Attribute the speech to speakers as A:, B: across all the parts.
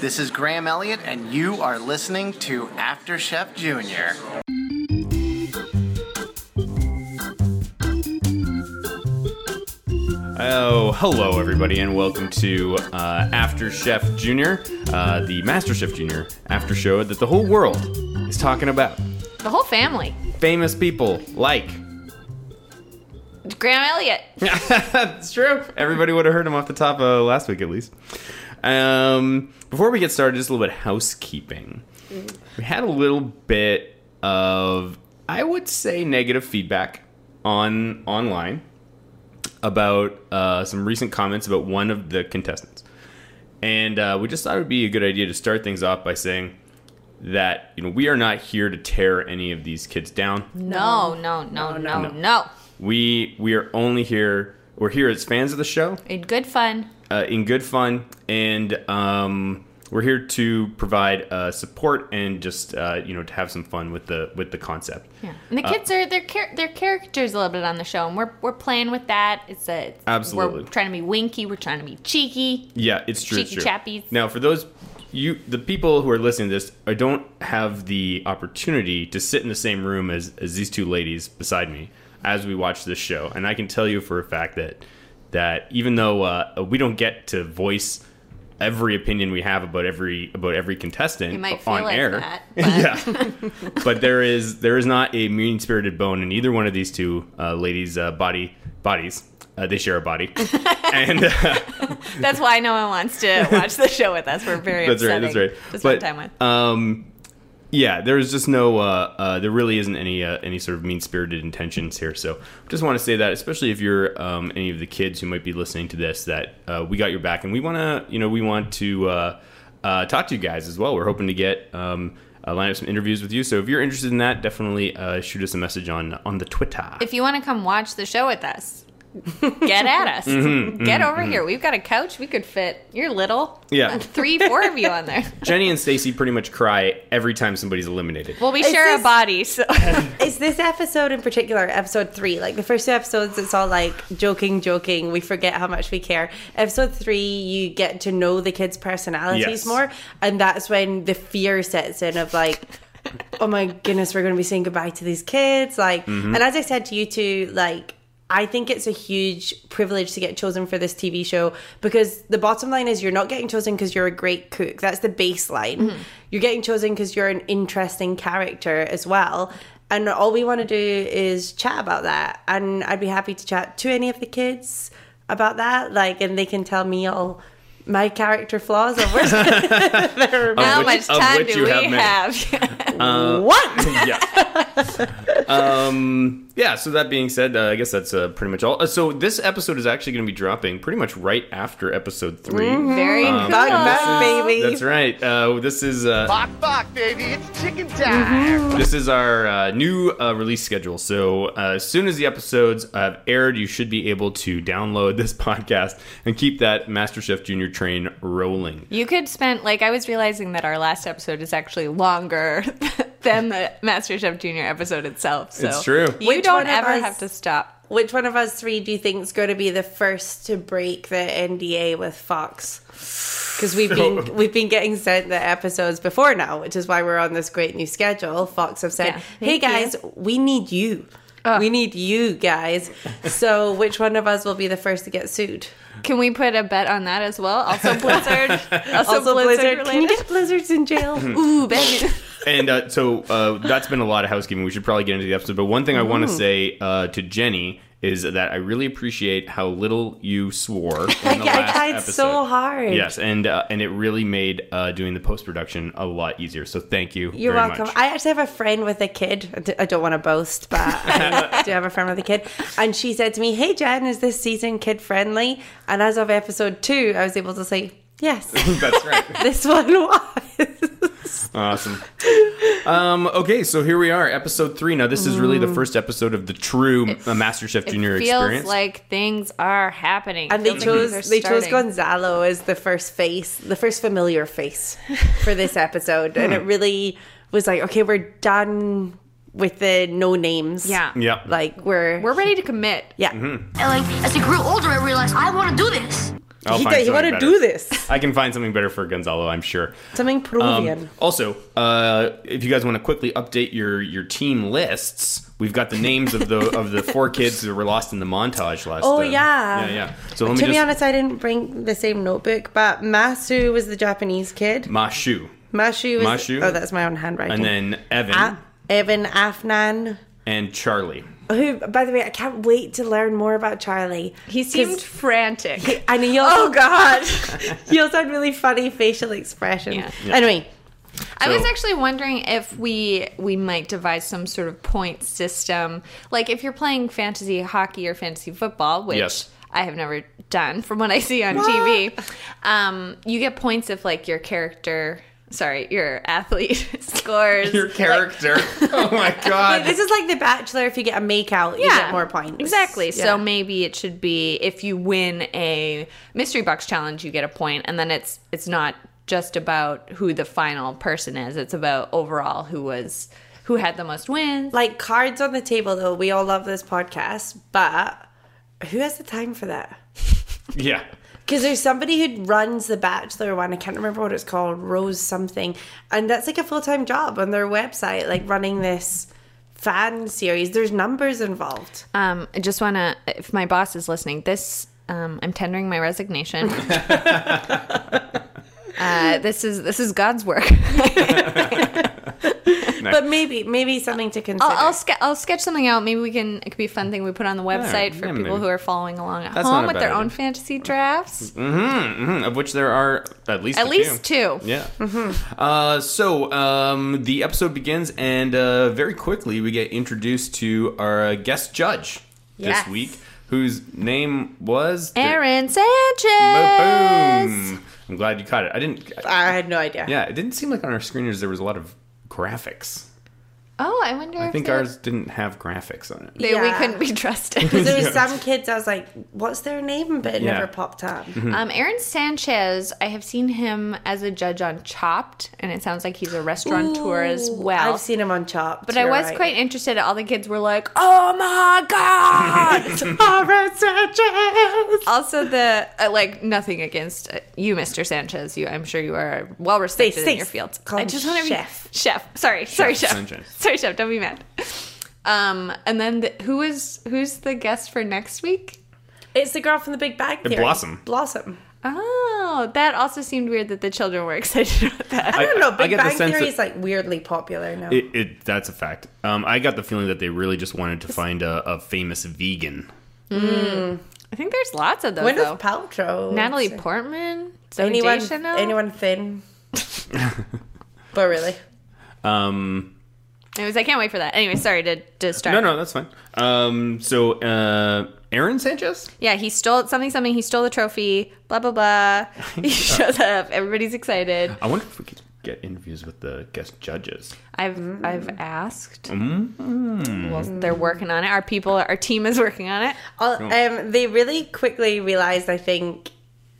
A: This is Graham Elliott, and you are listening to After Chef Junior.
B: Oh, hello everybody, and welcome to uh, After Chef Junior, uh, the Master Chef Junior after show that the whole world is talking about.
C: The whole family.
B: Famous people like
C: Graham Elliott.
B: That's true. Everybody would have heard him off the top uh, last week, at least. Um, before we get started, just a little bit of housekeeping. We had a little bit of, I would say, negative feedback on online about uh, some recent comments about one of the contestants, and uh, we just thought it would be a good idea to start things off by saying that you know we are not here to tear any of these kids down.
C: No, no, no, no,
B: no.
C: no.
B: We we are only here. We're here as fans of the show,
C: In good fun.
B: uh, in good fun, and um, we're here to provide uh, support and just uh, you know to have some fun with the with the concept.
C: Yeah. And the
B: Uh,
C: kids are their char- their characters a little bit on the show, and we're we're playing with that. It's a it's-
B: Absolutely.
C: We're trying to be winky. We're trying to be cheeky.
B: Yeah, it's true. it's
C: Cheeky
B: true.
C: chappies.
B: Now, for those you, the people who are listening to this, I don't have the opportunity to sit in the same room as as these two ladies beside me as we watch this show, and I can tell you for a fact that that even though uh, we don't get to voice every opinion we have about every about every contestant
C: You might feel
B: on
C: like
B: air,
C: that,
B: yeah, but there is there is not a mean spirited bone in either one of these two uh, ladies' uh, body bodies. Uh, they share a body, and. Uh,
C: That's why no one wants to watch the show with us. We're very
B: that's right. That's
C: upsetting
B: right.
C: to spend
B: But
C: time with.
B: um, yeah, there's just no. Uh, uh, there really isn't any uh, any sort of mean spirited intentions here. So just want to say that, especially if you're um, any of the kids who might be listening to this, that uh, we got your back, and we want to. You know, we want to uh, uh, talk to you guys as well. We're hoping to get. Um, uh, line up some interviews with you. So if you're interested in that, definitely uh, shoot us a message on on the Twitter.
C: if you want to come watch the show with us, get at us.
B: Mm-hmm,
C: get over here. We've got a couch. We could fit. You're little.
B: Yeah.
C: Three, four of you on there.
B: Jenny and Stacy pretty much cry every time somebody's eliminated.
C: Well, we
D: Is
C: share a
D: this-
C: body, so
D: It's this episode in particular, episode three. Like the first two episodes, it's all like joking, joking. We forget how much we care. Episode three, you get to know the kids' personalities
B: Yes.
D: more. And that's when the fear sets in of like, oh my goodness, we're going to be saying goodbye to these kids. Like, and as I said to you two, like, I think it's a huge privilege to get chosen for this TV show because the bottom line is you're not getting chosen because you're a great cook. That's the baseline. You're getting chosen because you're an interesting character as well. And all we want to do is chat about that. And I'd be happy to chat to any of the kids about that. Like, and they can tell me all my character flaws or where they're
C: how
B: which-
C: much
B: of
C: time
B: which
C: do
B: you
C: we
B: have many.
C: have?
D: what?
B: yeah. Um, yeah. So that being said, uh, I guess that's uh, pretty much all. Uh, so this episode is actually going to be dropping pretty much right after episode 3
C: Very
B: Um,
C: cool.
D: Bug bug, baby.
B: That's right. Uh, this is uh,
E: Bok bok, baby, it's chicken time.
B: this is our uh, new uh, release schedule. So uh, as soon as the episodes have aired, you should be able to download this podcast and keep that MasterChef Junior train rolling.
C: You could spend like I was realizing that our last episode is actually longer than the MasterChef Junior episode itself. So
B: It's true.
C: You
D: Which
C: don't
D: one of
C: ever
D: us-
C: have to stop.
D: Which one of us three do you think is going to be the first to break the NDA with Fox? Because we've been we've been getting sent the episodes before now, which is why we're on this great new schedule. Fox have said,
C: Yeah.
D: "Hey guys, we need you. We need you guys." so, which one of us will be the first to get sued?
C: Can we put a bet on that as well? Also Blizzard. Also, Blizzard.
D: Also, Blizzard. Can you
C: related.
D: get Blizzards in jail? Ooh, baby.
B: And uh, so uh, that's been a lot of housekeeping. We should probably get into the episode. But one thing I want to
D: Mm.
B: say uh, to Jenny is that I really appreciate how little you swore.
D: I,
B: in the
D: I
B: last
D: tried so
B: episode.
D: hard.
B: Yes, and uh, and it really made uh, doing the post production a lot easier. So thank you.
D: You're
B: very
D: welcome.
B: Much.
D: I actually have a friend with a kid. I d- I don't want to boast, but I do have a friend with a kid. And she said to me, Hey, Jen, is this season kid friendly? And as of episode two, I was able to say, Yes,
B: That's right.
D: this one was.
B: Awesome. Um, okay, so here we are, episode three. Now this is really
D: Mm.
B: the first episode of the true uh, MasterChef Junior
C: Feels
B: experience.
C: like things are happening.
D: And they
C: Feels like
D: chose
C: things are
D: they chose
C: starting.
D: Gonzalo as the first face, the first familiar face for this episode. And it
B: Hmm.
D: really was like, Okay, we're done with the no names.
C: Yeah.
B: Yep.
D: Like we're,
C: We're ready to commit.
B: Mm-hmm.
D: yeah.
F: And like as I grew older, I realized I want to do this.
B: I'll
D: He,
B: find
D: he want
B: something
D: to
B: better.
D: do this.
B: I can find something better for Gonzalo, I'm sure.
D: Something
B: Um,
D: Peruvian.
B: also, uh, if you guys want to quickly update your your team lists, we've got the names of the of the four kids that were lost in the montage last.
D: Oh,
B: uh,
D: yeah.
B: yeah, yeah. So let me
D: to be
B: just
D: honest, I didn't bring the same notebook, but Masu was the Japanese kid.
B: Mashu,
D: Mashu was.
B: Mashu.
D: Oh, that's my own handwriting.
B: and then Evan
C: Ah.
D: A- Evan Afnan.
B: and Charlie.
D: Who, by the way, I can't wait to learn more about Charlie.
C: He seemed
D: 'Cause-
C: frantic.
D: and he also, oh god, he also had really funny facial expression.
C: Yeah.
D: Anyway,
C: I was
B: So-
C: actually wondering if we we might devise some sort of point system, like if you're playing fantasy hockey or fantasy football, which
B: Yes.
C: I have never done from what I see on TV. Um, you get points if like your character, sorry, your athlete scores
B: Your
C: like-
B: character. oh my god.
D: this is like The Bachelor. If you get a make out, you get more points.
C: Exactly.
D: Yeah.
C: So maybe it should be if you win a mystery box challenge, you get a point, and then it's it's not just about who the final person is. It's about overall who was who had the most wins.
D: like cards on the table, though. We all love this podcast, but who has the time for that?
B: yeah.
D: Because there's somebody who runs the Bachelor one. I can't remember what it's called, Rose something, and that's like a full time job on their website, like running this fan series. There's numbers involved.
C: Um, I just want to, if my boss is listening, this, um, I'm tendering my resignation. uh, this is this is God's work.
D: But maybe, maybe something to consider.
C: I'll I'll, ske- I'll sketch something out. Maybe we can. It could be a fun thing we put on the website for
B: yeah,
C: people
B: maybe.
C: who are following along at
B: That's not
C: home
B: a
C: with
B: bad
C: their
B: idea.
C: own fantasy drafts.
B: Mm, of which there are at least
C: At
B: a
C: least
B: few.
C: two. Mm-hmm.
B: Yeah. Uh, so um, the episode begins, and uh, very quickly we get introduced to our uh, guest judge
C: Yes.
B: this week, whose name was
C: Aaron
B: Boom!
C: Sanchez.
B: I'm glad you caught it. I didn't.
D: I had no idea.
B: Yeah, it didn't seem like on our screeners there was a lot of graphics.
C: Oh, I wonder.
B: I
C: if
B: think
C: they-
B: ours didn't have graphics on it.
C: they- we
D: Yeah.
C: couldn't be trusted.
D: There was some kids I was like, "What's their name?" but it
B: Yeah. Mm-hmm.
D: never popped up.
C: um, Aaron Sanchez. I have seen him as a judge on Chopped, and it sounds like he's a restaurateur as well.
D: I've seen him on Chopped,
C: But I was quite interested. All the kids were like, "Oh my god!" also, the uh, like nothing against uh, you, Mr. Sanchez. You, I'm sure you are well respected in
D: Thanks,
C: your
D: thanks.
C: field.
D: Call
C: I
D: him
C: just want to be
D: Chef.
C: chef. Sorry, sorry, chef.
B: Sanchez.
C: Sorry, chef. Don't be mad. Um, and then the, who is who's the guest for next week?
D: It's the girl from The Big Bang Theory.
B: Blossom.
D: Blossom.
C: Oh, that also seemed weird that the children were excited about that.
D: I don't know.
B: I
D: Big
B: get the
D: Bang
B: sense
D: Theory
B: that-
D: is like weirdly popular now.
B: It, it that's a fact. Um, I got the feeling that they really just wanted to find a, a famous vegan.
C: I think there's lots of those.
D: Gwyneth
C: Though.
D: Paltrow.
C: Natalie Portman, Zoe
D: Anyone?
C: Deschanel.
D: Anyone thin? but really,
B: Um,
C: Anyways, I can't wait for that. Anyway, sorry to distract.
B: No, no, that's fine. Um, so uh, Aaron Sanchez.
C: Yeah, he stole something, something. He stole the trophy. Blah blah blah. He shows up. Everybody's excited.
B: I wonder if we could get interviews with the guest judges.
C: I've I've asked.
B: Mm.
C: Well, they're working on it. Our people, our team is working on it.
D: All- um, they really quickly realized. I think.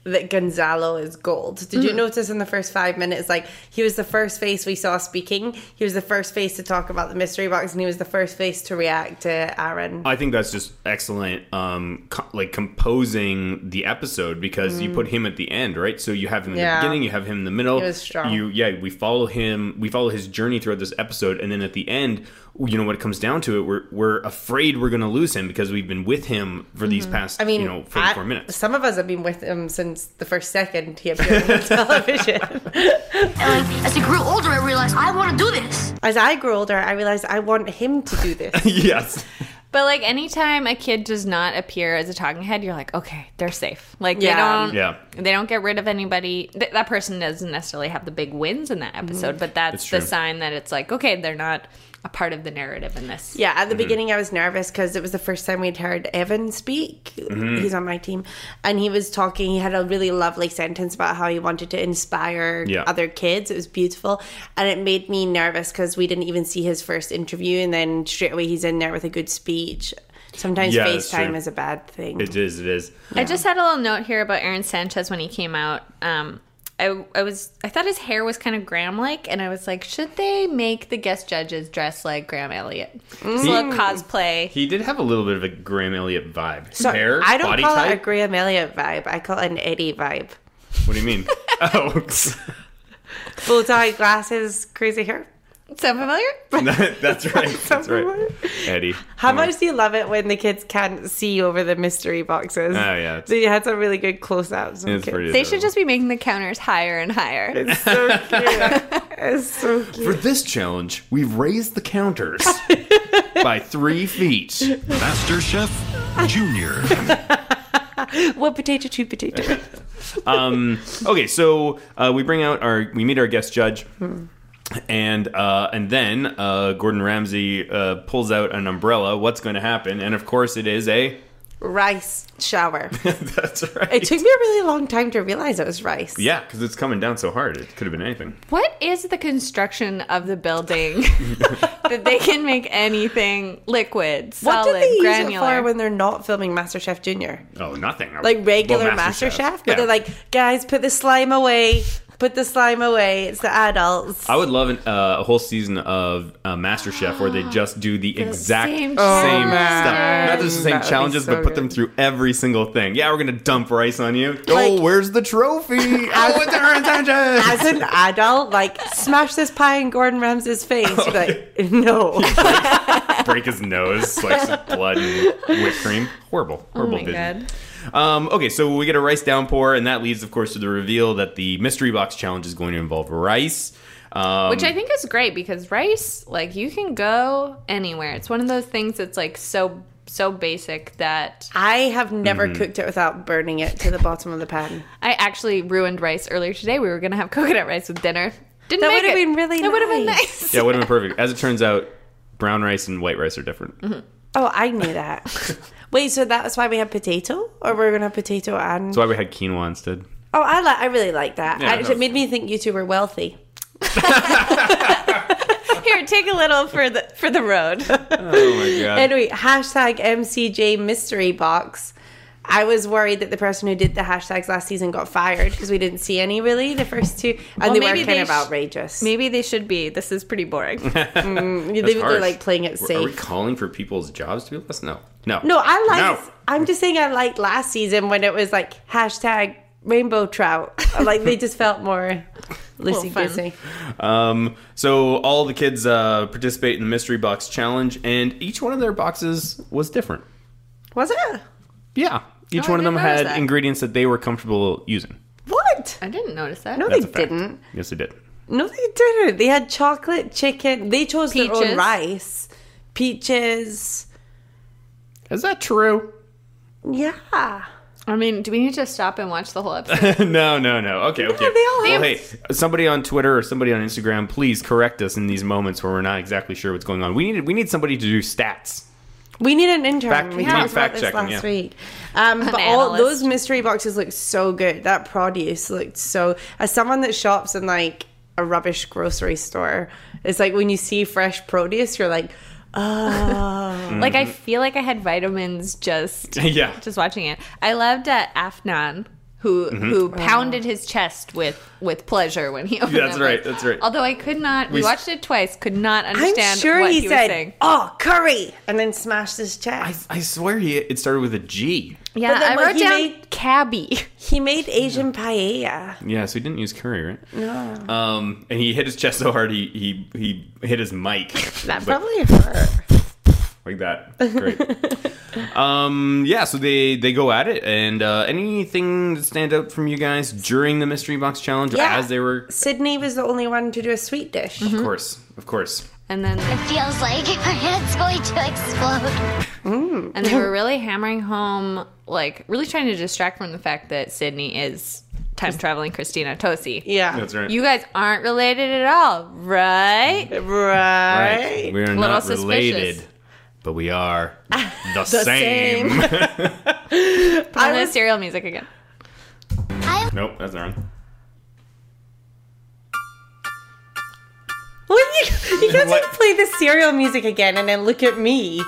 D: That Gonzalo is gold. Did you notice in the first five minutes, like he was the first face we saw speaking. He was the first face to talk about the mystery box, and he was the first face to react to Aaron.
B: I think that's just excellent. Um, co- like composing the episode because you put him at the end, right? So you have him in
D: Mm. Yeah.
B: the beginning, you have him in the middle.
D: He was strong.
B: You, yeah, we follow him. We follow his journey throughout this episode, and then at the end, you know, when it comes down to it, we're we're afraid we're going to lose him because we've been with him for these past,
D: Mm-hmm. I mean,
B: you know, forty four
D: I-
B: minutes.
D: Some of us have been with him since the first second he appeared on television.
F: As I grew older, I realized I want to do this.
D: As I grew older, I realized I want him to do this.
B: yes.
C: But like anytime a kid does not appear as a talking head, you're like, okay, they're safe. Like
D: Yeah.
C: they don't.
B: Yeah.
C: They don't get rid of anybody. Th- that person doesn't necessarily have the big wins in that episode, but
B: Mm. It's
C: that's the
B: true.
C: sign that it's like, okay, they're not a part of the narrative in this.
D: Yeah,
B: Mm-hmm.
D: at the beginning, I was nervous because it was the first time we'd heard Evan speak.
B: Mm-hmm.
D: He's on my team. And he was talking, he had a really lovely sentence about how he wanted to inspire
B: Yeah.
D: other kids. It was beautiful. And it made me nervous because we didn't even see his first interview. And then straight away, he's in there with a good speech. Sometimes
B: Yeah, that's
D: FaceTime
B: true.
D: is a bad thing.
B: It is. It is.
C: I just had a little note here about Aaron Sanchez when he came out. Um, I, I was I thought his hair was kind of Graham like, and I was like, should they make the guest judges dress like Graham Elliott? Just a
D: Mm.
C: little cosplay.
B: He did have a little bit of a Graham Elliott vibe.
D: So
B: Hair,
D: I don't
B: body
D: call it a
B: type.
D: Graham Elliott vibe. I call it an Eddie vibe.
B: what do you mean? oh,
D: Full tie, glasses, crazy hair.
C: Sound familiar?
B: that's right. That's right. Eddie.
D: How
B: Yeah.
D: much do you love it when the kids can't see over the mystery boxes?
B: Oh, yeah.
D: So you had some really good close-ups.
B: It's pretty
C: They should
B: adorable.
C: just be making the counters higher and higher.
D: It's so cute. it's so cute.
B: For this challenge, we've raised the counters by three feet.
G: Master Chef Junior.
D: What potato, two potato.
B: Um, okay, so uh, we bring out our, we meet our guest judge, and uh, and then uh, Gordon Ramsay uh, pulls out an umbrella. What's going to happen? And of course, it is a.
D: rice shower.
B: That's right.
D: It took me a really long time to realize it was rice.
B: yeah, because it's coming down so hard. It could have been anything.
C: What is the construction of the building that they can make anything liquid,
D: What
C: solid,
D: did they
C: granular?
D: use it for when they're not filming MasterChef Junior?
B: Oh, nothing.
D: Like regular MasterChef? But
B: Yeah.
D: they're like, guys, put the slime away. Put the slime away. It's the adults.
B: I would love an, uh, a whole season of uh, MasterChef where they just do the, exact
C: same
B: same,
C: challenges.
B: stuff. Not just the
D: That
B: same
D: would be
B: challenges,
D: so
B: but put them
D: good.
B: through every single thing. Yeah, we're going to dump rice on you. oh,
D: Like-
B: where's the trophy? I was there intentions.
D: As an adult, like smash this pie in Gordon Ramsay's face. You're Like, no.
B: Break his nose, slice of blood, and whipped cream. Horrible.
C: Oh
B: Horrible
C: my
B: vision.
C: god.
B: Um, okay, so we get a rice downpour, and that leads, of course, to the reveal that the mystery box challenge is going to involve rice. Um,
C: Which I think is great because rice, like you can go anywhere. It's one of those things that's like so so basic that
D: I have never
B: mm-hmm.
D: cooked it without burning it to the bottom of the pan.
C: I actually ruined rice earlier today. We were gonna have coconut rice with dinner. Didn't
D: That
C: make
D: would've
C: it.
D: been really
C: That would have been
D: nice.
C: nice.
B: yeah, would have been perfect. As it turns out, brown rice and white rice are different.
C: Mm-hmm.
D: Oh, I knew that. Wait, so that's why we had potato, or we're gonna have potato and
B: That's why we had quinoa instead.
D: oh, I like, I really like that.
B: Yeah,
D: I-
B: no.
D: it made me think you two were wealthy.
C: Here, take a little for the for the road.
B: Oh my god.
D: Anyway, hashtag MCJ mystery box. I was worried that the person who did the hashtags last season got fired because we didn't see any really the first two, and they were
C: maybe
D: kind
C: they
D: of
C: sh-
D: outrageous.
C: Maybe they should be. This is pretty boring.
D: they, they're
B: harsh.
D: like playing it
B: Are we
D: safe.
B: calling for people's jobs to be less? No. No.
D: No, I like.
B: No.
D: I'm just saying I liked last season when it was like hashtag rainbow trout. like they just felt more loosey
C: fun.
D: goosey.
B: Um, so all the kids uh, participate in the mystery box challenge, and each one of their boxes was different.
D: Was it?
B: Yeah. Each
C: Oh, I
B: one of them
C: didn't notice
B: had
C: that.
B: ingredients that they were comfortable using.
D: What?
C: I didn't notice that.
D: No,
B: That's
D: they
B: a fact.
D: didn't.
B: Yes, they did.
D: No, they didn't. They had chocolate, chicken. They chose their
C: Peaches.
D: own rice, peaches.
B: Is that true?
D: Yeah.
C: I mean, do we need to stop and watch the whole episode?
B: no, no, no. Okay, okay.
D: they all
B: Well,
D: have-
B: hey, somebody on Twitter or somebody on Instagram, please correct us in these moments where we're not exactly sure what's going on. We need we need somebody to do stats.
D: We need an intern.
B: Fact-
D: we
B: yeah. fact
D: talked about this
B: checking,
D: last
B: yeah.
D: week. Um, but all
C: analyst.
D: those mystery boxes looked so good. That produce looked so. As someone that shops in like a rubbish grocery store, it's like when you see fresh produce, you're like, oh.
C: like, I feel like I had vitamins just
B: yeah.
C: just watching it. I loved uh, Afnan who who pounded his chest with with pleasure when he opened
B: That's
C: up.
B: right, that's right.
C: Although I could not, we,
B: We-
C: watched it twice, could not
D: I'm
C: understand
D: sure
C: what
D: he,
C: he, was
D: said,
C: saying.
D: "Oh, curry," and then smashed his chest.
B: I, I swear he it started with a G.
C: Yeah,
D: But then
C: I
D: what
C: wrote
D: he
C: down
D: made-
C: cabbie.
D: he made Asian paella.
B: Yeah, so he didn't use curry, right? No. Um, and he hit his chest so hard he he, he hit his mic. Like-
D: That probably hurt.
B: like that. Great. um, yeah, so they they go at it, and uh, anything that stand out from you guys during the mystery box challenge
D: Yeah.
B: as they were,
D: Sydney was the only one to do a sweet dish.
B: of course, of course.
C: And then
F: Feels like my head's going to explode.
C: and they were really hammering home, like really trying to distract from the fact that Sydney is time traveling Christina Tosi.
D: Yeah.
B: That's right.
C: You guys aren't related at all, right?
D: Right.
B: We are
C: Little
B: not
C: suspicious.
B: related, but we are the, same.
C: On
D: I
C: the
D: was-
C: serial music again.
B: nope, that's wrong.
D: Well, you, you guys
B: What?
D: can play the serial music again and then look at me.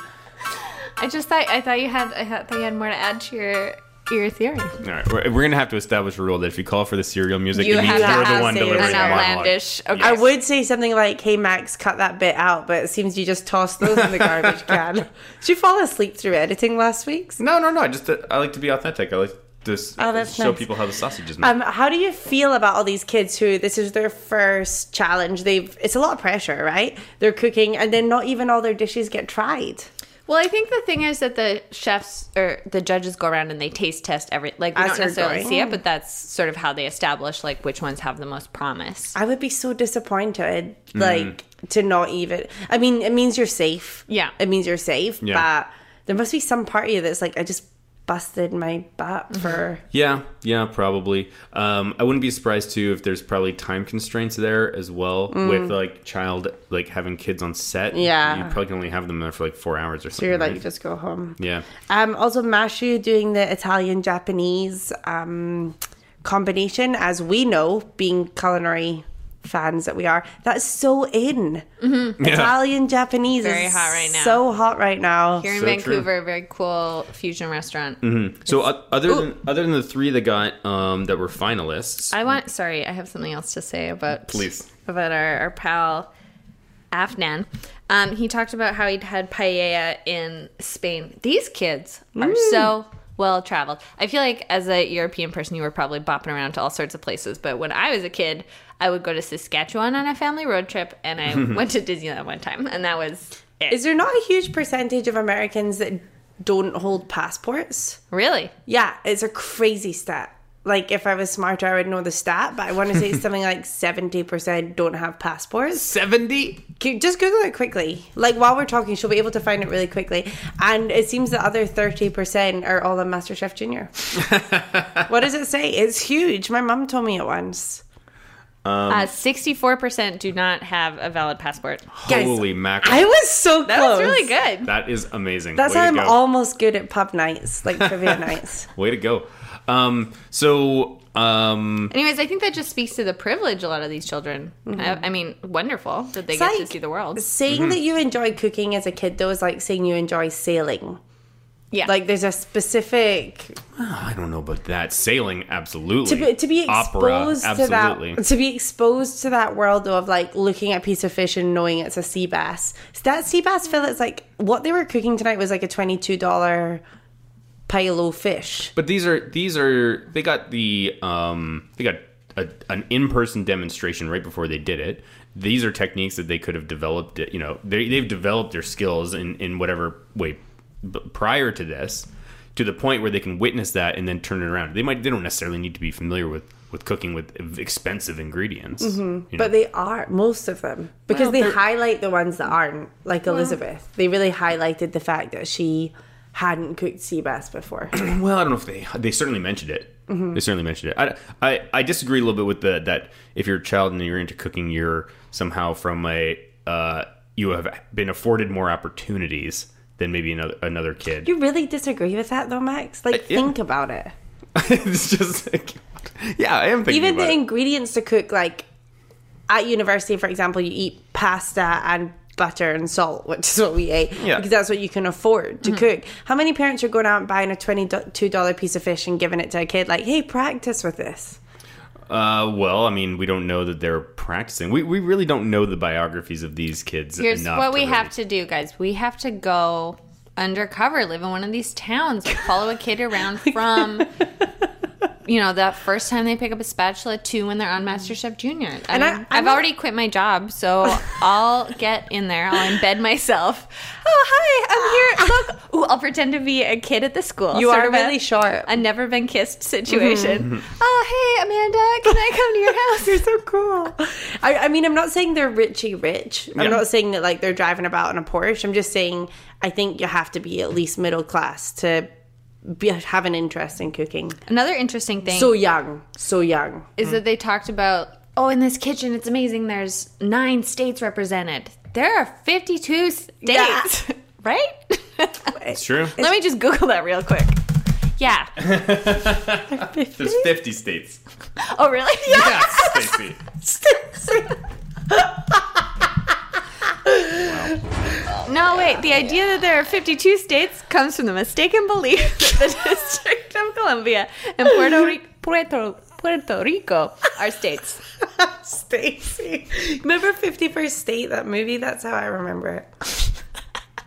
C: I just thought I thought you had I had- thought you had more to add to your your theory.
B: All right, we're, we're gonna have to establish a rule that if you call for the serial music,
C: You
B: it means
C: have to
B: you're the
D: have
B: one
D: serial
B: delivering
D: An
B: the monologue.
C: outlandish- okay.
D: I would say something like, "Hey Max, cut that bit out," but it seems you just tossed those in the garbage can. Did you fall asleep through editing last week's?
B: No, no, no. I just I like to be authentic. I like to s-
D: Oh, that's
B: show
D: nice.
B: people how the sausage is made.
D: Um, how do you feel about all these kids who this is their first challenge? They've it's a lot of pressure, right? They're cooking, and then not even all their dishes get tried.
C: Well, I think the thing is that the chefs or the judges go around and they taste test every like we
D: As
C: don't
D: they're
C: necessarily
D: going.
C: see it, but that's sort of how they establish like which ones have the most promise.
D: I would be so disappointed,
B: Mm.
D: like to not even. I mean, it means you're safe.
C: Yeah.
D: it means you're safe.
B: Yeah.
D: But there must be some part of you that's like, I just busted my
C: Mm-hmm.
D: butt for.
B: Yeah, yeah, probably. Um, I wouldn't be surprised too if there's probably time constraints there as well with like child like having kids on set.
D: Mm. Yeah.
B: you probably can only have them there for like four hours or something.
D: You're like,
B: right?
D: just go home.
B: yeah,
D: Um, also, Mashu doing the Italian Japanese um, combination, as we know, being culinary fans that we are, that's so in. Italian Japanese
C: Very
D: is
C: hot right now.
D: So hot right now.
C: Here in
B: So true.
C: Vancouver, very cool fusion restaurant.
B: So uh, other than other than the three that got um, that were finalists,
C: I want. Sorry, I have something else to say about
B: Please.
C: about our, our pal Afnan. Um, he talked about how he'd had paella in Spain. These kids are so well traveled. I feel like as a European person, you were probably bopping around to all sorts of places. But when I was a kid, I would go to Saskatchewan on a family road trip, and I went to Disneyland one time, and that was it.
D: Is there not a huge percentage of Americans that don't hold passports?
C: really?
D: Yeah, it's a crazy stat. Like, if I was smarter, I would know the stat, but I want to say it's something like 70% don't have passports.
B: seventy.
D: Can- Just Google it quickly. Like, while we're talking, she'll be able to find it really quickly. And it seems the other 30% are all on MasterChef Junior. what does it say? It's huge. My mum told me it once.
C: Uh, Sixty-four percent do not have a valid passport.
D: Guys,
B: Holy mackerel!
D: I was so close.
C: That was really good.
B: that is amazing.
D: That's
B: Way
D: how
B: to
D: I'm
B: go.
D: almost good at pub nights, like trivia nights.
B: Way to go. Um, so um,
C: Anyways, I think that just speaks to the privilege a lot of these children. I, I mean, wonderful that they
D: Mm-hmm. It's
C: get to
D: like-
C: see the world.
D: saying
B: Mm-hmm.
D: that you enjoy cooking as a kid though is like saying you enjoy sailing
C: Yeah,
D: like there's a specific
B: I don't know about that sailing. Absolutely.
D: to be, to be
B: Opera,
D: exposed to
B: absolutely.
D: that to be exposed to that world though of like looking at a piece of fish and knowing it's a sea bass so that sea bass fillet's like what they were cooking tonight was like a $22 pile of fish
B: But these are these are they got the um they got a, an in person demonstration right before they did it. These are techniques that they could have developed. You know, they they've developed their skills in in whatever way b- prior to this, to the point where they can witness that and then turn it around. They might they don't necessarily need to be familiar with with cooking with expensive ingredients. you know.
D: Mm-hmm. but they are most of them because they highlight the ones that aren't like elizabeth they really highlighted the fact that she hadn't cooked sea bass before
B: Well, I don't know if they they certainly mentioned it.
C: Mm-hmm.
B: They certainly mentioned it. I, I, I disagree a little bit with the that if you're a child and you're into cooking, you're somehow from a uh, you have been afforded more opportunities than maybe another another kid.
D: You really disagree with that though, Max? Like,
B: Uh, yeah.
D: think about it.
B: it's just like, yeah, I am thinking
D: Even
B: about
D: the
B: it.
D: ingredients to cook, like at university, for example, you eat pasta and butter and salt, which is what we ate
B: Yeah.
D: because that's what you can afford to cook. How many parents are going out and buying a $22 piece of fish and giving it to a kid, like, hey, practice with this?
B: Uh, well, I mean, we don't know that they're practicing. We, we really don't know the biographies of these kids.
C: here's
B: enough
C: what
B: to
C: we
B: really-
C: have to do, guys. We have to go undercover, live in one of these towns, like, follow a kid around from. You know, that first time they pick up a spatula to when they're on MasterChef Junior. I
D: And I-
C: mean,
D: I'm
C: I've
D: not-
C: already quit my job, so I'll get in there. I'll embed myself. Oh, hi, I'm here. Look, Ooh, I'll pretend to be a kid at the school.
D: You
C: Sort
D: are
C: of a-
D: really sharp.
C: a never been kissed situation. oh, hey, Amanda, can I come to your house?
D: You're so cool. I, I mean, I'm not saying they're richy rich. I'm
B: Yeah.
D: not saying that like they're driving about in a Porsche. I'm just saying I think you have to be at least middle class to be, have an interest in cooking.
C: Another interesting thing
D: So young, so young.
C: is that they talked about, oh, in this kitchen, it's amazing. There's nine states represented. There are 52 states,
D: Yeah.
C: right?
B: It's true.
C: Let me just Google that real quick. Yeah.
B: There's 50 states.
C: Oh, really? Yeah.
B: Yes, Stacey.
C: No, wait. The idea that there are 52 states comes from the mistaken belief that the District of Colombia, and Puerto, Ri- Puerto, Puerto Rico are states.
D: Stacy. Remember 51st State, that movie? That's how I remember it.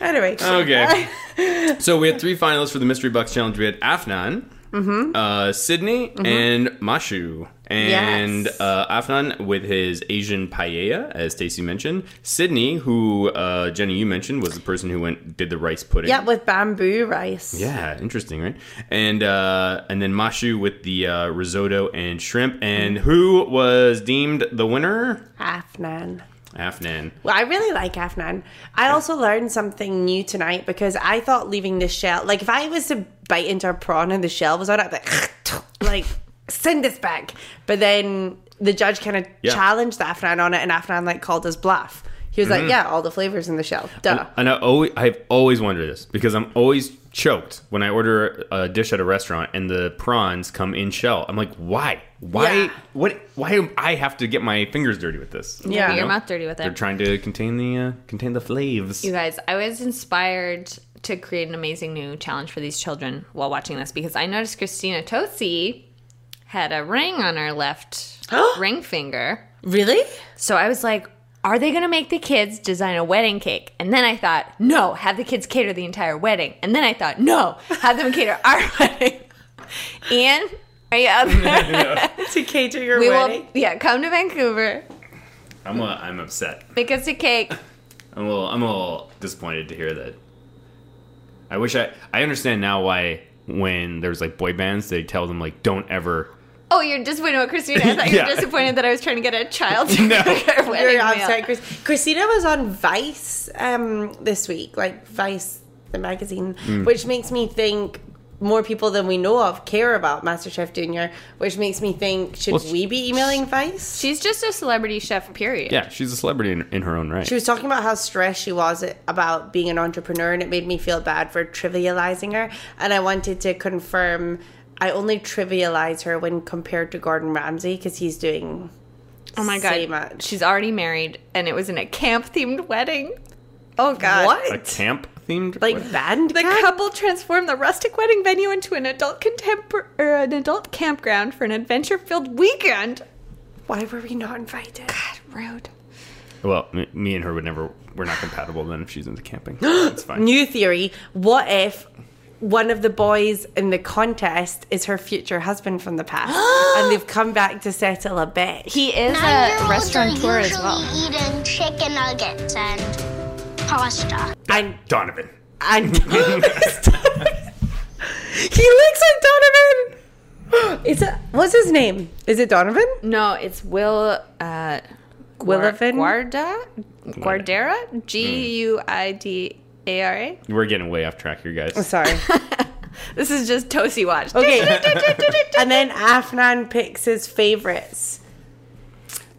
D: anyway.
B: Okay. so we had three finalists for the Mystery Box Challenge. We had Afnan, uh, Sydney, and Mashu. And
D: Yes.
B: uh, Afnan with his Asian paella, as Stacey mentioned. Sydney, who uh, Jenny you mentioned, was the person who went did the rice pudding.
D: Yeah, with bamboo rice.
B: Yeah, interesting, right? And uh, and then Mashu with the uh, risotto and shrimp. And who was deemed the winner?
D: Afnan.
B: Afnan.
D: Well, I really like Afnan. I also learned something new tonight because I thought leaving the shell, like if I was to bite into a prawn and the shell was on it, I'd be like, like send this back. But then the judge kind of
B: Yeah.
D: challenged Afnan on it, and Afnan like called us bluff. He was like, "Yeah, all the flavors in the shell, duh."
B: Mm-hmm. And I always, I've always wondered this because I'm always choked when I order a dish at a restaurant and the prawns come in shell. I'm like, why? Why?
D: Yeah.
B: What? Why do I have to get my fingers dirty with this?
D: Yeah.
C: Get
D: You
C: your
D: know?
C: mouth dirty with it.
B: They're trying to contain the uh, contain the flaves.
C: You guys, I was inspired to create an amazing new challenge for these children while watching this because I noticed Christina Tosi had a ring on her left ring finger.
D: Really?
C: So I was like, are they going to make the kids design a wedding cake? And then I thought, no, have the kids cater the entire wedding. And then I thought, no, have them cater our wedding. Ian, are you up there?
D: To cater your
C: we
D: wedding.
C: will, yeah, come to Vancouver,
B: I'm i I'm upset.
C: make us a cake.
B: I'm a little I'm a little disappointed to hear that. I wish I I understand now why when there's like boy bands they tell them like don't ever
C: Oh, you're disappointed about Christina. I thought you
B: Yeah.
C: were disappointed that I was trying to get a child to
B: No.
C: cook her wedding
D: You're
C: meal.
D: upset, Chris. Christina was on Vice um, this week, like Vice, the magazine, which makes me think more people than we know of care about MasterChef Junior, which makes me think should
B: Well,
D: we be emailing Vice?
C: She's just a celebrity chef, period.
B: yeah she's a celebrity in, in her own right
D: She was talking about how stressed she was about being an entrepreneur, and it made me feel bad for trivializing her. And I wanted to confirm I only trivialize her when compared to Gordon Ramsay because he's doing
C: Oh my god.
D: Say much.
C: She's already married and it was in a camp themed wedding.
D: oh god
B: a
D: what
B: camp themed
D: like band
C: The couple transformed the rustic wedding venue into an adult contempor- or an adult campground for an adventure filled weekend.
D: Why were we not invited?
C: Rude.
B: well me, me and her would never we're not compatible then if she's into camping it's fine
D: New theory. What if one of the boys in the contest is her future husband from the past and they've come back to settle a bet?
C: He is a restaurateur as well.
H: eating chicken nuggets and pasta.
D: And,
B: Donovan
D: and he looks like Donovan. Is it what's his name? Is it Donovan?
C: No, it's Will uh Guar-
D: Willifin?
C: Guarda Guardera? G U I D A R A.
B: we're getting way off track here guys
D: Sorry.
C: This is just Tosi Watch.
D: Okay. and then Afnan picks his favorites.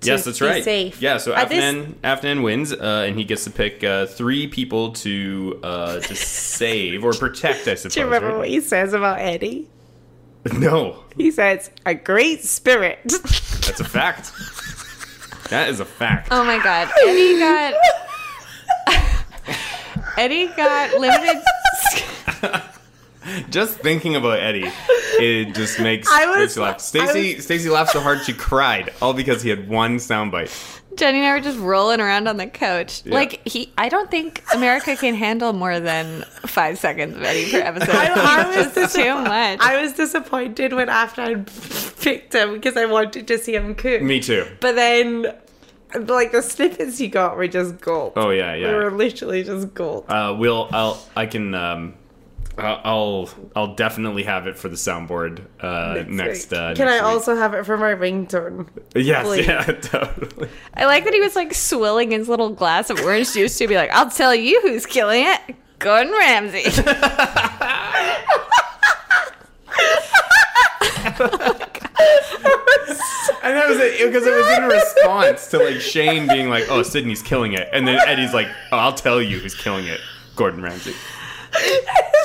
B: yes that's
D: be
B: right
D: safe.
B: yeah so
D: At this-
B: Afnan Afnan wins uh, and he gets to pick uh, three people to uh, to save or protect I suppose
D: Do you remember
B: right?
D: what he says about Eddie?
B: no
D: He says, a great spirit.
B: that's a fact that is a fact
D: Um,
C: Oh my god. Eddie got Eddie got limited
B: Just thinking about Eddie, it just makes
D: I was-
B: makes you laugh. Stacy Stacy laughed so hard she cried, all because he had one soundbite.
C: Jenny and I were just rolling around on the couch.
B: Yeah.
C: Like he I don't think America can handle more than five seconds of Eddie per episode.
D: I
C: It's
D: was
C: just too much.
D: I was disappointed when after I picked him because I wanted to see him cook.
B: Me too.
D: But then, like the snippets you got were just gold.
B: Oh yeah,
D: They were
B: yeah.
D: literally just gold.
B: Uh, we'll I'll I can um, I'll I'll- I'll definitely have it for the soundboard uh, next. Uh,
D: Can I
B: next week.
D: also have it for my ringtone?
B: Yes,
D: please?
B: yeah, totally.
C: I like that he was like swilling his little glass of orange juice to be like, I'll tell you who's killing it. Gordon Ramsay.
B: And that was it because it was in response to like Shane being like, "Oh, Sydney's killing it," and then Eddie's like, "Oh, I'll tell you who's killing it." Gordon Ramsay.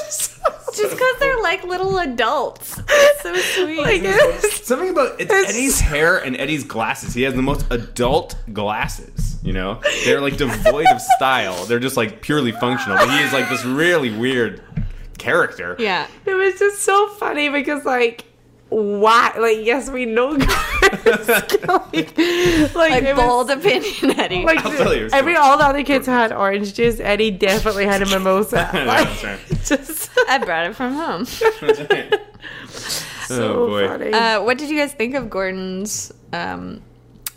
C: just because they're like little adults. It's so sweet.
B: Something about it's Eddie's hair and Eddie's glasses. He has the most adult glasses. You know, they're like devoid of style. They're just like purely functional. But he is like this really weird character.
C: Yeah. It was just so funny because like why like yes we know guys like,
D: Like,
C: like bold opinion Eddie.
D: Like
B: I'll tell you a story.
D: every all the other kids had orange juice. Eddie definitely had a mimosa.
B: I know, that's right.
D: Just
C: I brought it from home.
B: That's right.
D: so
B: oh boy.
D: funny.
C: Uh, what did you guys think of Gordon's um,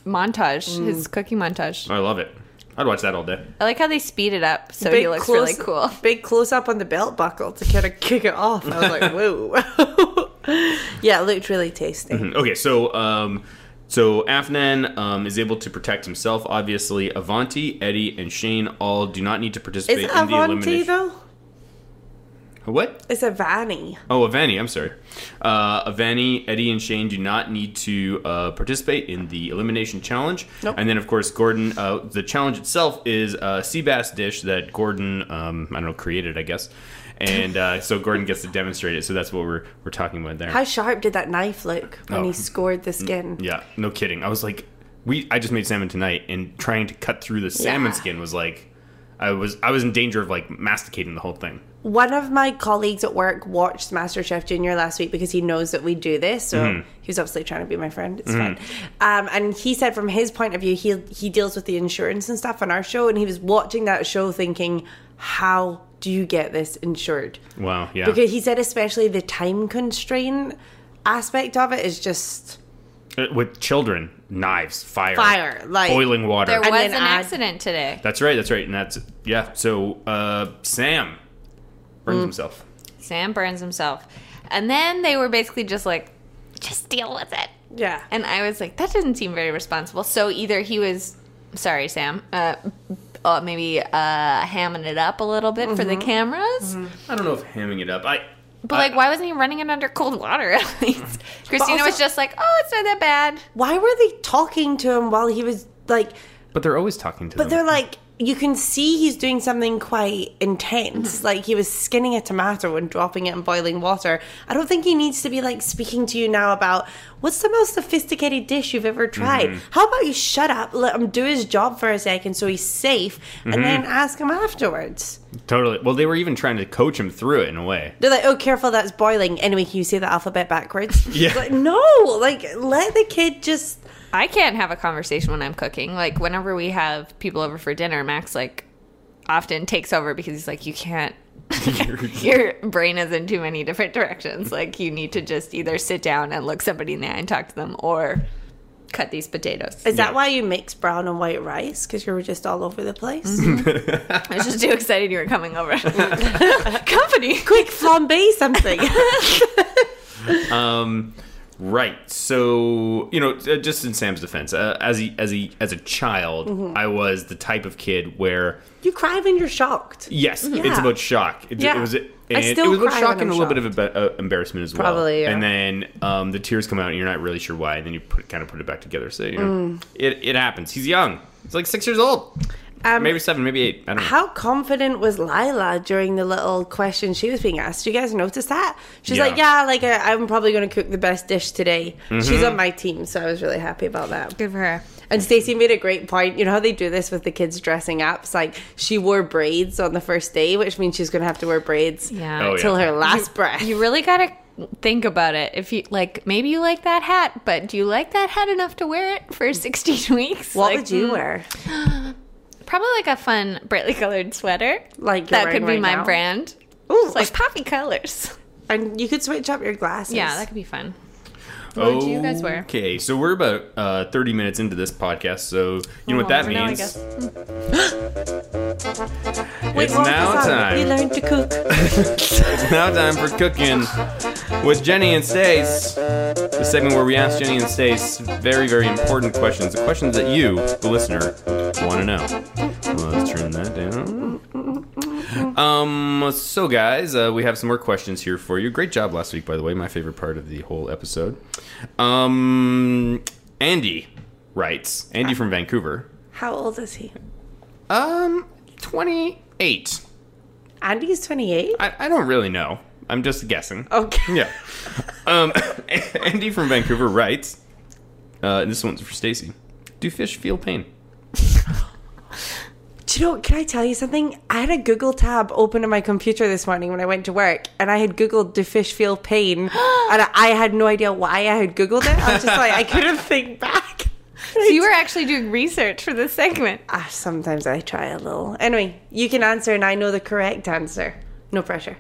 C: montage, his cooking montage?
B: I love it. I'd watch that all day.
C: I like how they speed it up so he looks really cool.
D: Big close up on the belt buckle to kind of kick it off. I was like, whoa. yeah, it looked really tasty.
B: Okay, so um, so Afnan um, is able to protect himself. Obviously, Avanti, Eddie, and Shane all do not need to participate
D: Is it
B: in the
D: Avanti
B: elimination.
D: though?
B: What?
D: It's a Vanny.
B: Oh, Avani, I'm sorry. Uh, Avani, Eddie, and Shane do not need to uh, participate in the elimination challenge.
D: Nope.
B: And then, of course, Gordon, uh, the challenge itself is a sea bass dish that Gordon, um, I don't know, created, I guess. And uh, so Gordon gets to demonstrate it. So that's what we're, we're talking about there.
D: How sharp did that knife look when
B: Oh. Mm-hmm.
D: he scored the skin?
B: yeah, no kidding. I was like, we. I just made salmon tonight, and trying to cut through the salmon
C: Yeah.
B: skin was like, I was I was in danger of like masticating the whole thing.
D: One of my colleagues at work watched MasterChef Junior last week because he knows that we do this. So
B: Mm-hmm.
D: he was obviously trying to be my friend. It's fine. Um, and he said from his point of view, he he deals with the insurance and stuff on our show, and he was watching that show thinking, how do you get this insured?
B: Wow. Yeah.
D: Because he said especially the time constraint aspect of it is just
B: Uh, With children, knives, fire,
D: Fire, like-
B: boiling water.
C: There was
D: then
C: an
D: add-
C: accident today.
B: That's right. That's right. And that's yeah. So uh, Sam
D: Mm.
B: burns himself.
C: Sam burns himself. And then they were basically just like, just deal with it.
D: yeah.
C: And I was like, that doesn't seem very responsible. So either he was, sorry, Sam, uh, uh, maybe uh, hamming it up a little bit for the cameras.
B: I don't know if hamming it up. I
C: But like, why wasn't he running it under cold water at least? Christina was
D: also-
C: just like, oh, it's not that bad.
D: Why were they talking to him while he was like?
B: But they're always talking to
D: But they're like, you can see he's doing something quite intense. Like he was skinning a tomato and dropping it in boiling water. I don't think he needs to be like speaking to you now about what's the most sophisticated dish you've ever tried. How about you shut up, let him do his job for a second so he's safe, and then ask him afterwards.
B: totally. Well, they were even trying to coach him through it in a way.
D: They're like, oh, careful, that's boiling. Anyway, can you say the alphabet backwards?
B: Yeah.
D: Like, no, like let the kid just.
C: I can't have a conversation when I'm cooking. Like whenever we have people over for dinner, Max like often takes over because he's like, you can't. Your brain is in too many different directions. Like you need to just either sit down and look somebody in the eye and talk to them, or cut these potatoes.
D: Is
B: Yeah.
D: that why you mix brown and white rice? Because you were just all over the place.
B: Mm-hmm.
C: I was just too excited you were coming over. Company.
D: Quick flambe something.
B: Um, Right. So you know, uh, just in Sam's defense, uh, as he as he as a child,
D: Mm-hmm.
B: I was the type of kid where
D: you cry when you're shocked.
B: yes, it's
D: Yeah.
B: about shock. It,
D: Yeah.
B: it was.
D: I
B: It, and
D: still
B: it was about
D: cry
B: shock
D: when
B: and a
D: I'm
B: little bit of emba- uh, embarrassment as well.
D: Probably, yeah.
B: And then um, the tears come out, and you're not really sure why. And then you put kind of put it back together. So you know,
D: Mm.
B: it it happens. He's young. He's like six years old.
D: Um,
B: maybe seven. Maybe eight. I don't know.
D: How confident was Lila during the little question she was being asked? You guys notice that? She's
B: Yeah. Mm-hmm.
D: like, yeah, like I, I'm probably going to cook the best dish today. She's on my team, so I was really happy about that.
C: Good for her.
D: And Stacey made a great point. You know how they do this with the kids dressing up? It's like she wore braids on the first day, which means she's going to have to wear braids
C: Yeah.
B: Oh, yeah.
D: till her last breath.
C: You really gotta think about it. If you like, maybe you like that hat, but do you like that hat enough to wear it for 16 weeks?
D: what
C: Like,
D: would you
C: mm,
D: wear?
C: Probably like a fun, brightly colored sweater.
D: Like you're
C: that
D: wearing
C: could be
D: right
C: my
D: now?
C: brand.
D: Ooh,
C: It's like poppy colors.
D: and you could switch up your glasses.
C: Yeah, that could be fun.
B: What
C: would you guys wear?
B: Okay, so we're about uh, 30 minutes into this podcast, so you know
D: Oh,
B: what that
C: we'll never know, I
B: means.
C: guess.
B: it's now
D: You
B: time.
D: learned to cook.
B: It's now time for cooking with Jenny and Stace. The segment where we ask Jenny and Stace very, very important questions. The questions that you, the listener, want to know. Let's turn that down. Um, so guys, uh, we have some more questions here for you. Great job last week, by the way. My favorite part of the whole episode. Um, Andy writes, Andy from Vancouver.
D: How old is he?
B: Um, 28.
D: Andy's 28.
B: I, I don't really know. I'm just guessing.
D: Okay.
B: Yeah. Um, Andy from Vancouver writes, uh, and this one's for Stacy. Do fish feel pain?
D: Do you know? Can I tell you something? I had a Google tab open on my computer this morning when I went to work, and I had Googled "do fish feel pain," and I, I had no idea why I had Googled it. I was just like, I couldn't think back.
C: So you were actually doing research for this segment.
D: Ah, sometimes I try a little. Anyway, you can answer, and I know the correct answer. No pressure.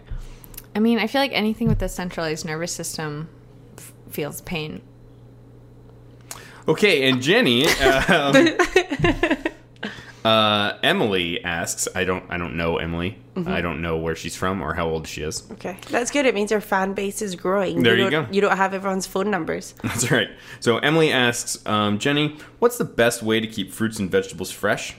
C: I mean, I feel like anything with the centralized nervous system f- feels pain.
B: Okay, and Jenny, um, uh, Emily asks. I don't. I don't know Emily. I don't know where she's from or how old she is.
D: Okay, that's good. It means our fan base is growing.
B: There you
D: don't-
B: go.
D: You don't have everyone's phone numbers.
B: That's right. So Emily asks um, Jenny, "What's the best way to keep fruits and vegetables fresh?"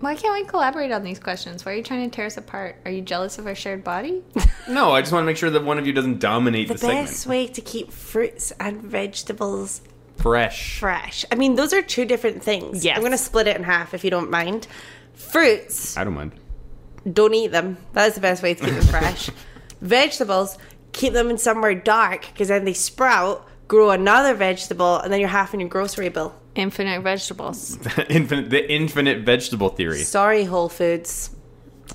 C: Why can't we collaborate on these questions? Why are you trying to tear us apart? Are you jealous of our shared body?
B: No, I just want to make sure that one of you doesn't dominate the,
D: The
B: segment.
D: best way to keep fruits and vegetables
B: fresh.
D: fresh. I mean, those are two different things.
C: Yes.
D: I'm going to split it in half if you don't mind. Fruits,
B: I don't mind.
D: don't eat them. That's the best way to keep them fresh. Vegetables, keep them in somewhere dark because then they sprout, grow another vegetable, and then you're half in your grocery bill.
C: Infinite vegetables.
B: infinite, the infinite vegetable theory.
D: Sorry, Whole Foods.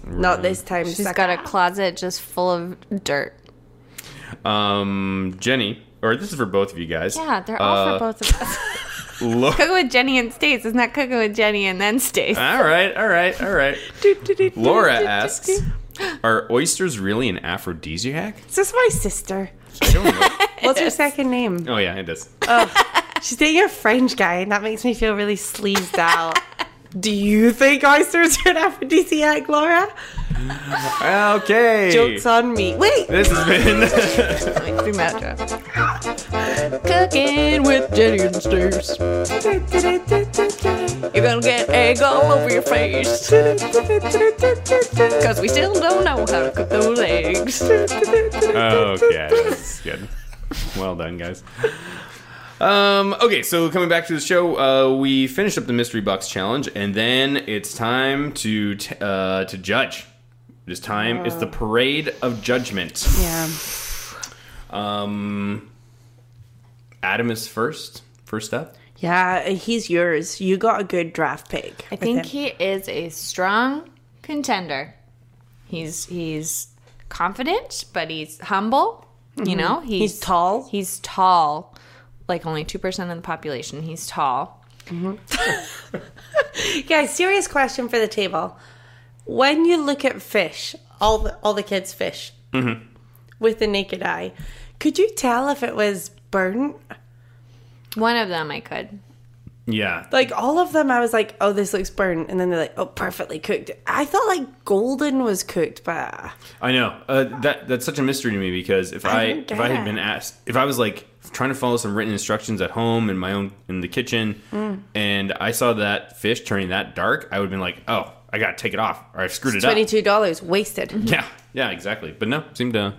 D: Not this time.
C: She's
D: sucker.
C: got a closet just full of dirt.
B: Um, Jenny, or this is for both of you guys.
C: Yeah, they're all
B: Uh,
C: for both of us.
B: Lo-
C: cooking with Jenny and Stace. It's not cooking with Jenny and then Stace.
B: all right, all right, all right. Laura asks, "Are oysters really an aphrodisiac?"
D: Is this my sister?
B: I don't know.
D: What's her second name?
B: oh yeah, it is.
D: She's dating a French guy, and that makes me feel really sleazed out. Do you think oysters are an aphrodisiac, Laura?
B: Okay.
D: Jokes on me. Wait,
B: This has been
C: Do matcha. Cooking with Jenny and Stace. You're gonna get egg all over your face. Cause we still don't know how to cook those eggs.
B: okay. That's good. Well done, guys. Um, okay, so coming back to the show, uh, we finished up the mystery box challenge, and then it's time to t- uh, to judge. This time it's the parade of judgment.
D: Yeah.
B: Um, Adam is first. First up.
D: Yeah, he's yours. You got a good draft pick.
C: I think he is a strong contender. He's he's confident, but he's humble. You know, Mm-hmm. he's,
D: He's tall.
C: He's tall, like only two percent of the population. He's tall.
D: Guys, serious question for the table. When you look at fish, all the all the kids fish with the naked eye, could you tell if it was burnt?
C: One of them I could.
B: Yeah.
D: Like all of them, I was like, "Oh, this looks burnt," and then they're like, "Oh, perfectly cooked." I thought like golden was cooked, but
B: I know. Uh, that that's such a mystery to me because if I,
D: don't
B: if I
D: get
B: had been
D: it.
B: asked if I was like trying to follow some written instructions at home in my own in the kitchen
D: Mm.
B: and I saw that fish turning that dark, I would have been like, "Oh, I got to take it off or I've screwed it
D: twenty
B: up."
D: two dollars wasted.
B: Yeah. Yeah, exactly. But no, seemed to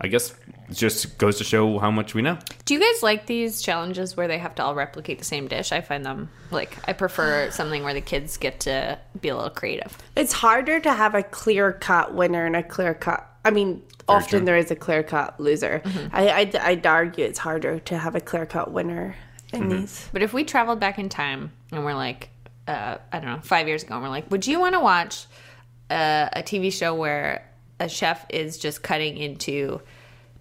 B: I guess it just goes to show how much we know.
C: Do you guys like these challenges where they have to all replicate the same dish? I find them like I prefer something where the kids get to be a little creative.
D: It's harder to have a clear cut winner and a clear cut. I mean, often
B: true.
D: there is a clear cut loser. I, I'd, I'd argue it's harder to have a clear cut winner in these.
C: But if we traveled back in time and we're like, uh, I don't know, five years ago, and we're like, would you want to watch uh, a TV show where a chef is just cutting into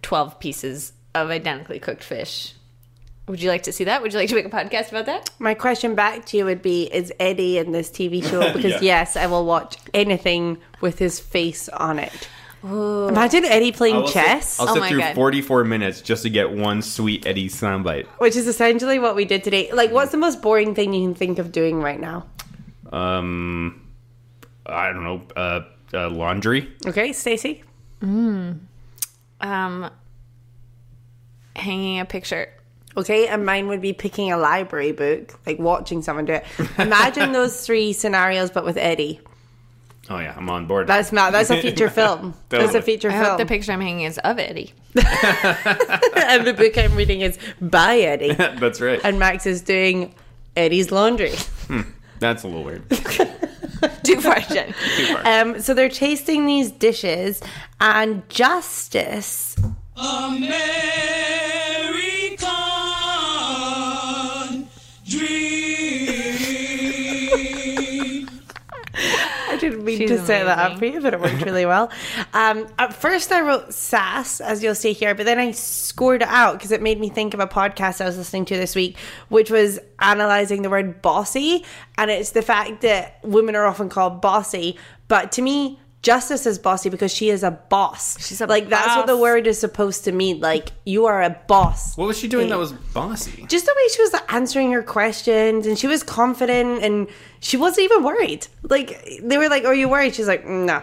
C: 12 pieces of identically cooked fish? Would you like to see that? Would you like to make a podcast about that?
D: My question back to you would be Is Eddie in this TV show? Because
B: Yeah.
D: yes, I will watch anything with his face on it. Imagine Eddie playing chess,
B: I'll
C: Oh
B: sit
C: my
B: through
C: God.
B: 44 minutes just to get one sweet Eddie soundbite.
D: which is essentially what we did today. Like, what's the most boring thing you can think of doing right now?
B: Um I don't know, uh, uh laundry.
D: Okay, Stacey?
C: Um, hanging a picture.
D: Okay, and mine would be picking a library book, like watching someone do it. Imagine those three scenarios, but with Eddie.
B: Oh yeah, I'm on board.
D: That's not. That's a feature film. That's a
B: Totally.
D: feature
C: I
D: film.
C: hope the picture I'm hanging is of Eddie.
D: and the book I'm reading is by Eddie,
B: That's right.
D: and Max is doing Eddie's laundry.
B: That's a little weird.
C: Too far, Jen.
D: Um, so they're tasting these dishes, and Justice.
I: American dream.
D: didn't mean
C: She's
D: to say that
C: amazing.
D: up for you, but it worked really well. Um, at first, I wrote sass, as you'll see here, but then I scored it out because it made me think of a podcast I was listening to this week, which was analyzing the word bossy. And it's the fact that women are often called bossy, but to me, Justice is bossy because she is a boss. She's
C: a
D: like that's what the
C: boss.
D: word is supposed to mean. Like you are a boss.
B: What was she doing that was bossy?
D: just the way she was answering her questions and she was confident and she wasn't even worried. Like they were like, "Are you worried?" She's like, "No."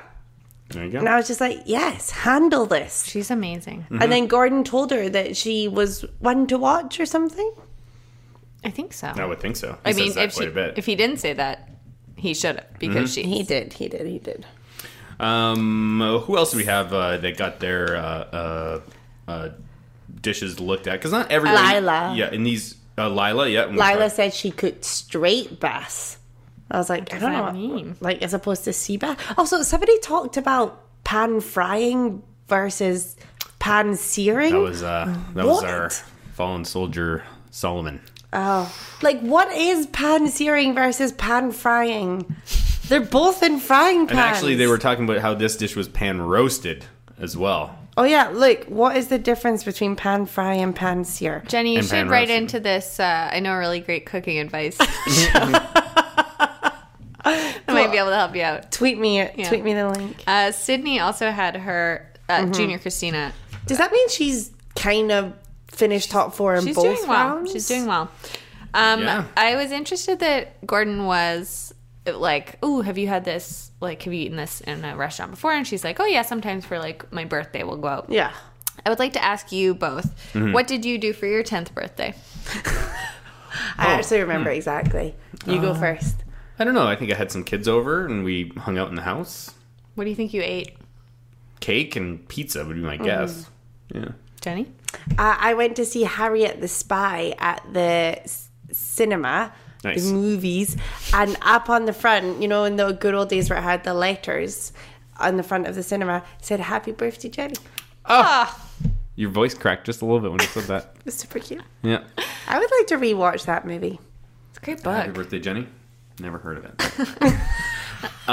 B: There you go.
D: And I was just like, "Yes, handle this."
C: She's amazing.
D: And then Gordon told her that she was one to watch or something.
C: I think so.
B: I would think so. He
C: I
B: says
C: mean,
B: that
C: if
B: quite
C: she,
B: a bit. Mm-hmm.
C: if he didn't say that, he should have because she.
D: He did. He did. He did.
B: Um, uh, who else do we have uh, that got their uh, uh, uh, dishes looked at? Because not everybody.
D: Lila.
B: Yeah, and these uh, Lila. Yeah, and we
D: Lila
B: talked-
D: said she cooked straight bass. I was like, I don't
C: that
D: know. What,
C: mean?
D: Like as opposed to sea bass. Also, somebody talked about pan frying versus pan searing.
B: that was uh, that was our
D: What?
B: fallen soldier Solomon.
D: Like, what is pan searing versus pan frying? They're both in frying pans.
B: And actually, they were talking about how this dish was pan roasted as well.
D: Oh yeah, look. What is the difference between pan fry and pan sear?
C: Jenny, you
B: And
C: should
B: Pan
C: write
B: Russian.
C: into this. Uh, I know really great cooking advice. I might be able to help you out.
D: Tweet me. it. Tweet me the link.
C: Uh, Sydney also had her uh,
D: Mm-hmm.
C: junior Christina.
D: Does that mean she's kind of finished top four in
C: She's
D: both
C: doing well.
D: rounds?
C: She's doing well. Um,
B: Yeah.
C: I was interested that Gordon was like, "Oh, have you had this? Like, have you eaten this in a restaurant before?" And she's like, "Oh yeah, sometimes for like my birthday, we'll go out."
D: Yeah.
B: Oh.
C: I would like to ask you both,
B: Mm-hmm.
C: what did you do for your tenth birthday?
D: I actually remember
B: Hmm.
D: exactly. You
B: Uh.
D: go first.
B: I don't know. I think I had some kids over and we hung out in the house.
C: What do you think you ate,
B: Cake and pizza would be my guess. Yeah.
C: Jenny?
D: Uh, I went to see Harriet the Spy at the s- cinema,
B: Nice.
D: the movies, and up on the front, you know, in the good old days where it had the letters on the front of the cinema, it said "Happy Birthday, Jenny."
B: Your voice cracked just a little bit when you said that.
D: It was super cute.
B: Yeah.
D: I would like to rewatch that movie.
C: It's a great
B: Happy
C: book.
B: birthday, Jenny. Never heard of it.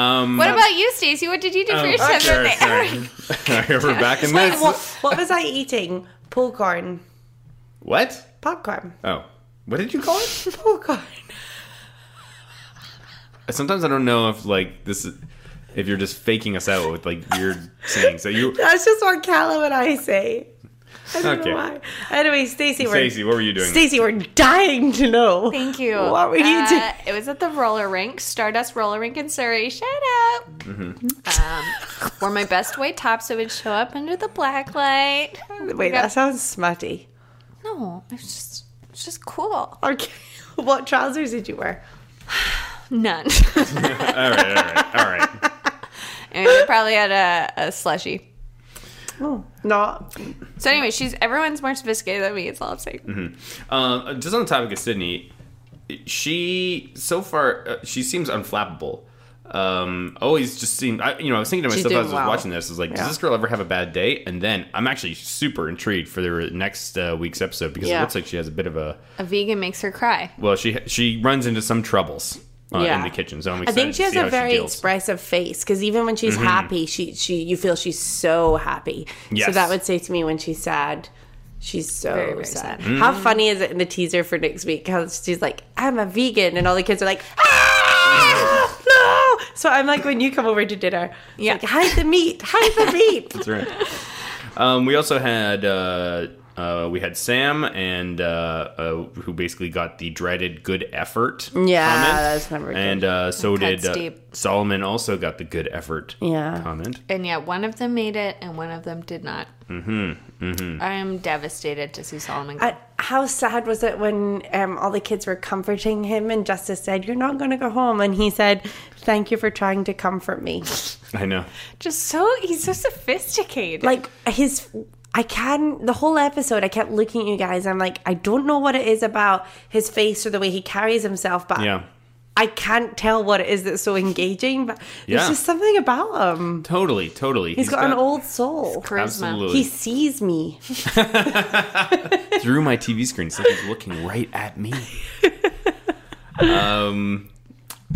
C: What about you, Stacey? What did you
B: Oh,
C: do for your tenth
B: Sure,
C: birthday?
B: sure. All right, we're back in this.
D: What, what was I eating? Popcorn.
B: What?
D: Popcorn.
B: Oh, what did you call it?
D: Popcorn.
B: Sometimes I don't know if like this is if you're just faking us out with like weird sayings. So you,
D: That's just what Callum and I say. I don't
B: Okay.
D: know why. Anyway, Stacey, we're
B: Stacey, what were you doing?
D: Stacey, we're dying to know.
C: Thank you.
D: What were you
C: Uh,
D: doing?
C: It was at the roller rink, Stardust Roller Rink in Surrey. Shout out.
B: Mm-hmm.
C: Um, wore my best white top so it would show up under the black light.
D: Wait, that sounds smutty.
C: No, it's just it's just cool.
D: Okay. What trousers did you wear?
C: None.
B: All right, all right, all right.
C: and I probably had a, a slushy.
D: Not.
C: So anyway, she's everyone's more sophisticated than me. It's all I'm saying.
B: Um, just on the topic of Sydney, she so far uh, she seems unflappable. Um, always just seemed. I, you know, I was thinking to
C: She's
B: myself as I
C: doing
B: was
C: well.
B: watching this, I was like, does this girl ever have a bad day? And then I'm actually super intrigued for the next uh, week's episode because it
D: Yeah.
B: looks like she has a bit of a.
C: A vegan makes her cry.
B: Well, she she runs into some troubles uh, in
D: Yeah.
B: the kitchen, so I'm
D: I
B: excited.
D: think she
B: to
D: has
B: see
D: a
B: how Mm-hmm.
D: very
B: deals.
D: expressive face because even when she's happy, she she you feel she's so happy. So
B: Yes.
D: that would say to me when she's sad, she's so
C: Very, very
D: sad. How
B: Mm-hmm.
D: funny is it in the teaser for next week? How she's like, I'm a vegan, and all the kids are like, Ah,
B: Mm-hmm.
D: no. So I'm like, when you come over to dinner, it's
C: Yeah.
D: like, hide the meat, hide the meat.
B: That's right. Um, we also had uh, uh, we had Sam and uh, uh, who basically got the dreaded good effort.
D: Yeah,
B: comment.
D: that's never good.
B: And uh, so
C: Cuts
B: did uh,
C: deep.
B: Solomon. Also got the good effort.
D: Yeah.
B: Comment.
C: And yeah, one of them made it and one of them did not. Mm-hmm. Mm-hmm. I am devastated to see Solomon go.
D: I, how sad was it when um, all the kids were comforting him and Justice said, You're not going to go home? And he said, Thank you for trying to comfort me.
B: I know.
C: Just so he's so sophisticated.
D: like, his. I can the whole episode I kept looking at you guys I'm like I don't know what it is about his face or the way he carries himself but
B: Yeah.
D: I can't tell what it is that's so engaging but
B: Yeah.
D: there's just something about him
B: Totally. Totally.
D: he's got, an old soul
C: charisma.
B: Absolutely.
D: he sees me
B: through my TV screen. So he's looking right at me. Um,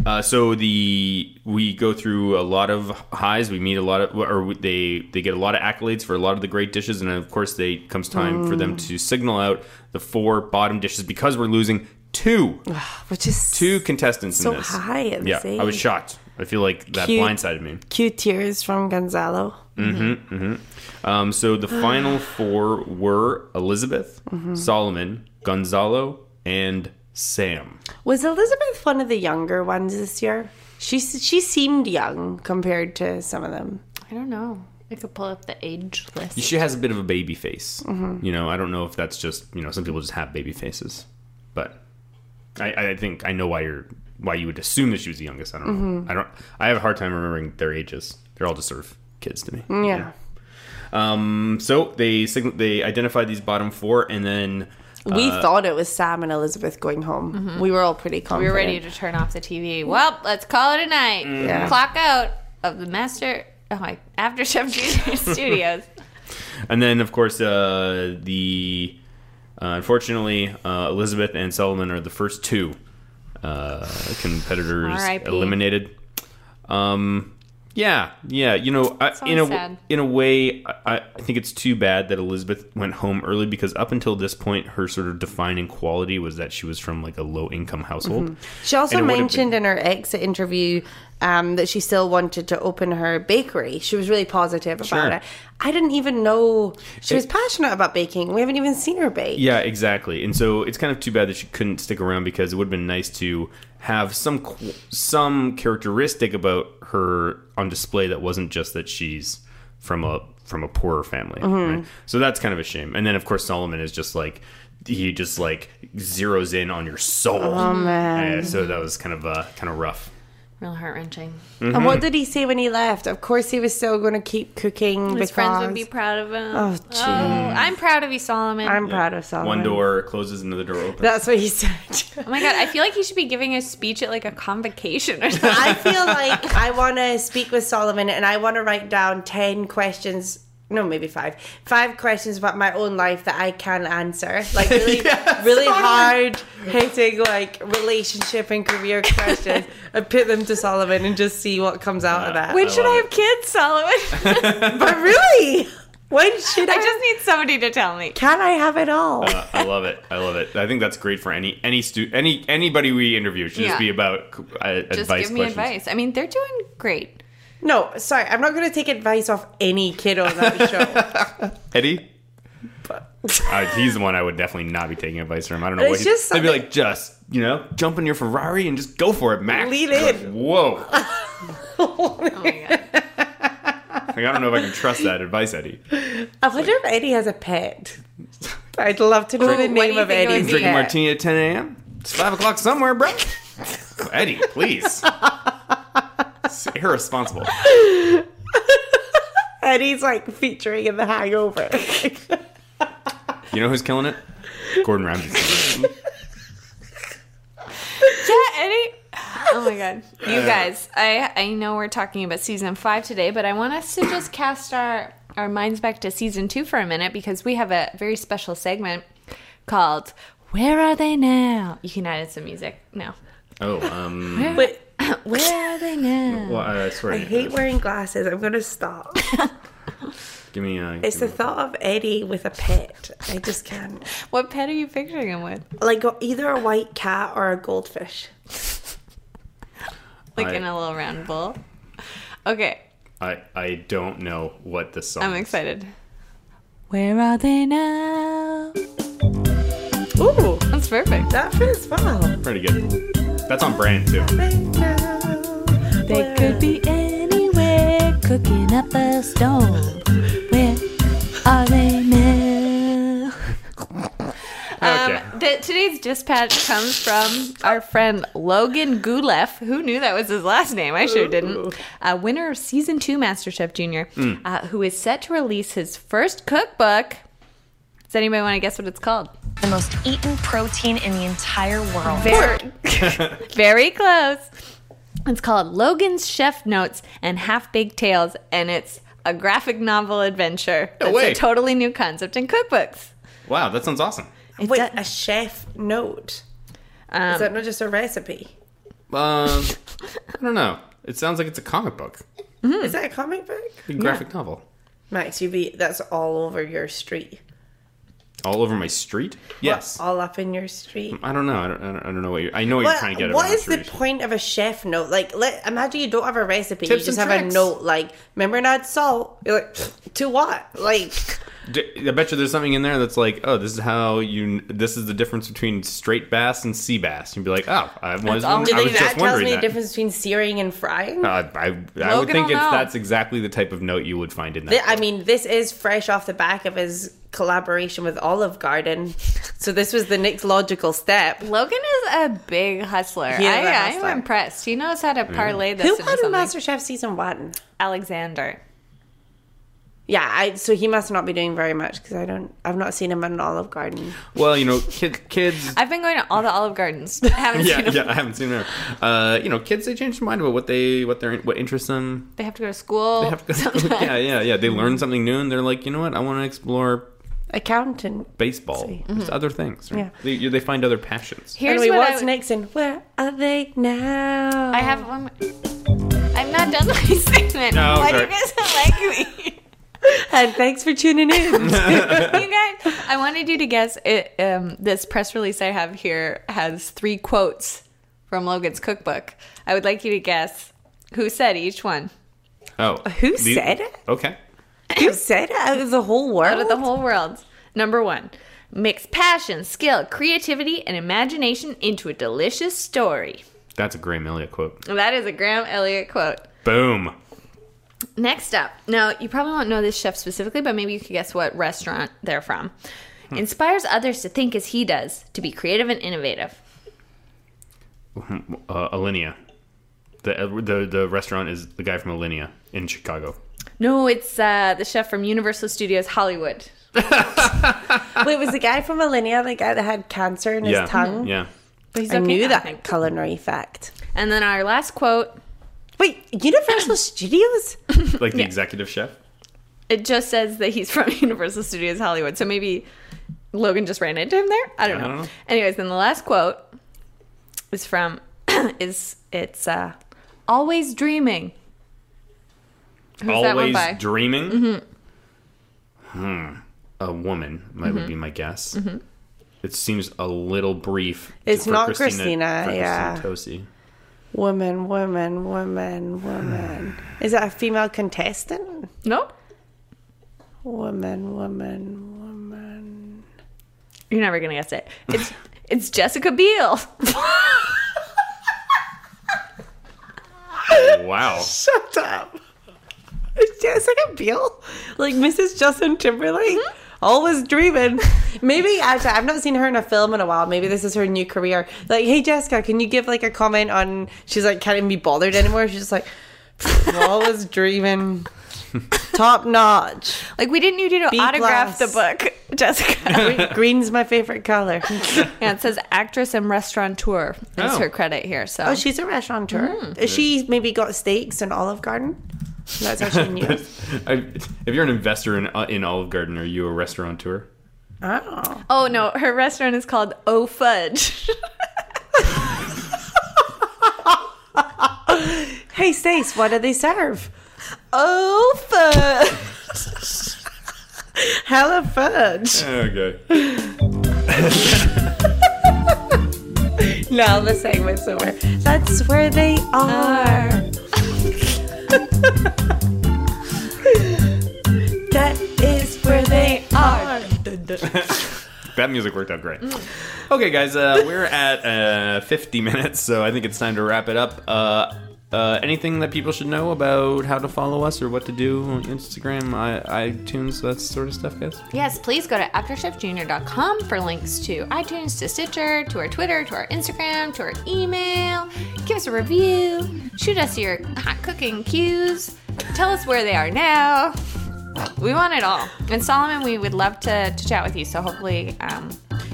B: Uh, so the we go through a lot of highs. We meet a lot of, or we- they they get a lot of accolades for a lot of the great dishes, and of course, they comes time for them
D: Mm.
B: to signal out the four bottom dishes because we're losing two
D: Which is
B: two contestants
D: So
B: in this.
D: high and
B: yeah,
D: insane.
B: I was shocked. I feel like that
D: Cute.
B: blindsided me.
D: cute tears from Gonzalo.
B: Um, so the final four were Elizabeth,
D: Mm-hmm.
B: Solomon, Gonzalo, and Sam.
D: Was Elizabeth one of the younger ones this year? She s- she seemed young compared to some of them.
C: I don't know. I could pull up the age list.
B: She has a bit of a baby face. You know, I don't know if that's just you know some people just have baby faces, but I, I think I know why you're why you would assume that she was the youngest. I don't know. I don't. I have a hard time remembering their ages. They're all just sort of kids to me.
D: Yeah.
B: Um. So they sign they identified these bottom four, and then
D: We
B: Uh,
D: thought it was Sam and Elizabeth going home.
B: Mm-hmm.
D: We were all pretty
C: We
D: confident.
C: were ready to turn off the TV. Well, let's call it a night.
D: Yeah.
C: Clock out of the master. Oh my, after Chef Junior Studios.
B: And then, of course, uh, the uh, unfortunately uh, Elizabeth and Solomon are the first two uh, competitors
C: R.I.P..
B: eliminated. Um, yeah, yeah. You know, I,
C: So
B: in a
C: sad.
B: in a way, I, I think it's too bad that Elizabeth went home early because up until this point, her sort of defining quality was that she was from like a low income household.
D: She also
B: And it would've
D: mentioned in her exit interview um, that she still wanted to open her bakery. She was really positive about
B: Sure.
D: it. I didn't even know she was
B: It-
D: passionate about baking. We haven't even seen her bake.
B: Yeah, exactly. And so it's kind of too bad that she couldn't stick around because it would have been nice to have some qu- some characteristic about her on display that wasn't just that she's from a from a poorer family.
C: Mm-hmm.
B: Right? So that's kind of a shame. And then of course Solomon is just like he just like zeroes in on your soul. Oh man. so that was kind of uh, kind of rough.
C: Real heart wrenching.
B: Mm-hmm.
D: And what did he say when he left? Of course, he was still going to keep cooking
C: His
D: because
C: friends would be proud of him.
D: Oh,
C: Oh, I'm proud of you, Solomon.
D: I'm proud of Solomon.
B: One door closes, another door opens.
D: That's what he said.
C: oh my god, I feel like he should be giving a speech at like a convocation or something.
D: I feel like I want to speak with Solomon and I want to write down 10 questions. No, maybe five. Five questions about my own life that I can answer. Like really, really hard hitting like relationship and career questions. and put them to Solomon and just see what comes out of that.
C: when should I have kids, Solomon?
D: but really, when should I,
C: I
D: just
C: just need somebody to tell me.
D: can I have it all?
B: Uh, I love it. I love it. I think that's great for any any stu- any anybody we interview. It should
C: Yeah.
B: just be about uh,
C: Just
B: advice
C: give me
B: questions.
C: advice. I mean, they're doing great.
D: No, sorry, I'm not going to take advice off any kid on that show.
B: Eddie? Uh, he's the one I would definitely not be taking advice from. I don't know.
D: It's
B: What he,
D: just
B: they'd be
D: something-
B: like, just you know, jump in your Ferrari and just go for it, Max.
D: Lean
B: Like,
D: in.
B: Whoa! like,
C: Oh my god.
B: I don't know if I can trust that advice, Eddie.
D: I wonder if Eddie has a pet. I'd love to know
C: Ooh,
D: the
C: what do
D: name
C: you
D: of
C: think it would
D: Eddie's
C: be?
B: Drink
C: Yeah.
B: a martini at 10 a.m. It's five o'clock somewhere, bro. Eddie, please. It's irresponsible.
D: And he's like featuring in The Hangover.
B: You know who's killing it? Gordon Ramsay.
C: Yeah, Eddie. Oh my god. You
B: Uh,
C: guys, I I know we're talking about season 5 today, but I want us to just cast our our minds back to season 2 for a minute because we have a very special segment called Where Are They Now? You can add in some music. No.
B: Oh, um,
D: But
C: Where are they now?
B: well, I swear.
D: I hate wearing glasses. I'm going to stop.
B: Give me. Uh,
D: It's the thought of Eddie with a pet. I just can't.
C: What pet are you picturing him with?
D: Like either a white cat or a goldfish.
C: Like
B: I-
C: in a little round bowl. Okay,
B: I I don't know what this song.
C: I'm
B: is.
C: excited. Where are they now?
D: Ooh,
C: That's perfect.
D: that fits well.
B: Pretty good. That's on brand too.
D: Um,
C: They could be anywhere, cooking up a storm. Where are they now?
B: Okay.
C: Um, the, today's dispatch comes from our friend Logan Guleff. Who knew that was his last name? I sure didn't. Uh, winner of season two MasterChef Junior, uh, who is set to release his first cookbook. Does anybody want to guess what it's called?
I: the most eaten protein in the entire world.
C: Very, very close. It's called Logan's Chef Notes and Half Baked Tales, and it's a graphic novel adventure.
B: No
C: It's
B: way.
C: a totally new concept in cookbooks.
B: Wow, that sounds awesome.
C: It
D: Wait,
C: does-
D: a chef note.
C: um,
D: Is that not just a recipe?
B: Um, I don't know. It sounds like it's a comic book,
D: Is that a comic book?
B: a graphic novel.
D: Max, you be that's all over your street.
B: All over my street. Yes.
D: All up in your street.
B: I don't know. I don't. I don't, I don't know what you're. I know what you're trying to get
D: What,
B: at.
D: what
B: about
D: is the
B: trees.
D: point of a chef note? Like, let imagine you don't have a recipe,
B: Tips
D: you just
B: and
D: have
B: tricks.
D: a note. Like, remember not salt. You're like, to what? Like,
B: D- I bet you there's something in there that's like, oh, this is how you. This is the difference between straight bass and sea bass. You'd be like, oh, I was. I
C: all.
B: was
C: Do
D: like, that
B: just
D: tells me
B: wondering
D: the
B: that.
D: difference between searing and frying.
B: Uh, I, I would
C: Logan
B: think
C: will
B: it's,
C: know.
B: that's exactly the type of note you would find in that.
D: Th- I mean, this is fresh off the back of his collaboration with Olive Garden, so this was the next logical step.
C: Logan is a big hustler.
D: He is a
C: I,
D: hustler.
C: I'm impressed. He knows how
B: Mm.
C: to parlay this
D: Who
C: into
D: won
C: something.
D: MasterChef season one?
C: Alexander.
D: Yeah, I, so he must not be doing very much because I don't. I've not seen him in Olive Garden.
B: well, you know, kid, kids.
C: I've been going to all the Olive Gardens. I haven't
B: yeah,
C: seen them.
B: yeah, I haven't seen them. Uh, you know, kids they change their mind about what they what they what interests them.
C: They have to go to school.
B: They have to,
C: sometimes.
B: yeah, yeah, yeah. They
D: Mm-hmm.
B: learn something new and they're like, you know what? I want to explore
D: Accountant.
B: baseball. There's other things. Right?
D: mm-hmm. Yeah.
B: They, you- they find other passions.
C: Here's
D: anyway,
C: what I
D: what's
C: would-
D: next and where are they now?
C: I have one. I'm not done with my segment.
B: No,
C: Why
B: sorry.
C: do you guys not like me?
D: and thanks for tuning in.
C: you guys, I wanted you to guess. It, um, this press release I have here has three quotes from Logan's cookbook. I would like you to guess who said each one
B: Oh,
D: uh, Who said it?
B: Okay.
D: Who said it? Out of the whole world?
C: out of the whole world. Number one. Mix passion, skill, creativity, and imagination into a delicious story.
B: That's a Gray Melia quote.
C: That is a Graham Elliott quote.
B: Boom.
C: Next up. Now, you probably won't know this chef specifically, but maybe you could guess what restaurant they're from. Inspires others to think as he does, to be creative and innovative.
B: Uh, Alinea. The, uh, the the restaurant is the guy from Alinea in Chicago.
C: No, it's uh, the chef from Universal Studios Hollywood.
D: Wait, was the guy from Millennia the guy that had cancer in
B: yeah.
D: his tongue?
B: Yeah.
C: But he's
D: I
C: okay
D: knew
C: now, I
D: that
C: think.
D: culinary fact.
C: And then our last quote,
D: Wait, Universal Studios?
B: Like the executive chef.
C: it just says that he's from Universal Studios Hollywood. So maybe Logan just ran into him there. I don't know.
B: I don't know.
C: Anyways, then the last quote is from is it's uh, always dreaming. Who's that one
B: Always
C: by?
B: dreaming.
D: Mm-hmm.
B: Hmm. A woman might
D: Mm-hmm.
B: would be my guess. It seems a little brief. to-
D: It's
B: for
D: not
B: Christina.
D: Christina,
B: for
D: yeah.
B: Christina Tosi.
D: Woman, woman, woman, woman. Is that a female contestant?
C: No,
D: Woman, woman, woman.
C: you're never gonna guess it. It's it's Jessica Biel.
B: Wow.
D: Shut up. It's Jessica Biel? Like Mrs. Justin Timberlake? Always dreaming. Maybe actually, I've not seen her in a film in a while. Maybe this is her new career. Like, hey Jessica, can you give like a comment on? She's like, can't even be bothered anymore. She's just like, always dreaming, top notch.
C: like we didn't need you to autograph
D: plus.
C: the book, Jessica.
D: Green's my favorite color.
C: yeah, it says actress and restaurateur is
B: Oh.
C: her credit here. So
D: Oh, she's a restaurateur. She maybe got steaks in Olive Garden. That's how she knew.
B: I, if you're an investor in uh, in Olive Garden, are you a restaurateur?
D: oh,
C: Oh no, her restaurant is called Oh Fudge.
D: hey Stace, what do they serve?
C: oh Fudge.
D: Hella fudge.
B: Okay.
D: Now the segment's over. That's where they are. that is where they are.
B: That music worked out great. Okay, guys, uh, we're at uh, 50 minutes, so I think it's time to wrap it up. Uh, uh, anything that people should know about how to follow us or what to do on Instagram, I, iTunes, that sort of stuff, guys?
C: yes, please go to afterchefjunior.com for links to iTunes, to Stitcher, to our Twitter, to our Instagram, to our email. Give us a review. Shoot us your hot cooking cues. Tell us where they are now. We want it all. And Solomon, we would love to, to chat with you. So hopefully, um,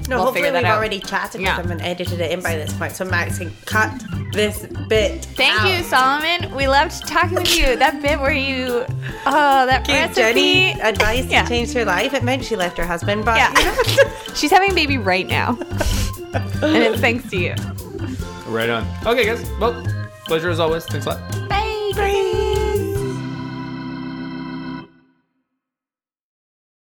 D: No,
C: We'll
D: hopefully
C: figure that
D: we've
C: out.
D: already chatted
C: Yeah.
D: with them and edited it in by this point, so Max can cut this bit.
C: Thank
D: out.
C: you, Solomon. We loved talking with you. That bit where you, oh, that
D: Gave
C: recipe.
D: Jenny advice
C: Yeah.
D: to change her life. It meant she left her husband, but you know.
C: Yeah. She's having a baby right now. and it's thanks to you.
B: Right on. Okay, guys, well, Pleasure as always. Thanks a lot.
C: Bye.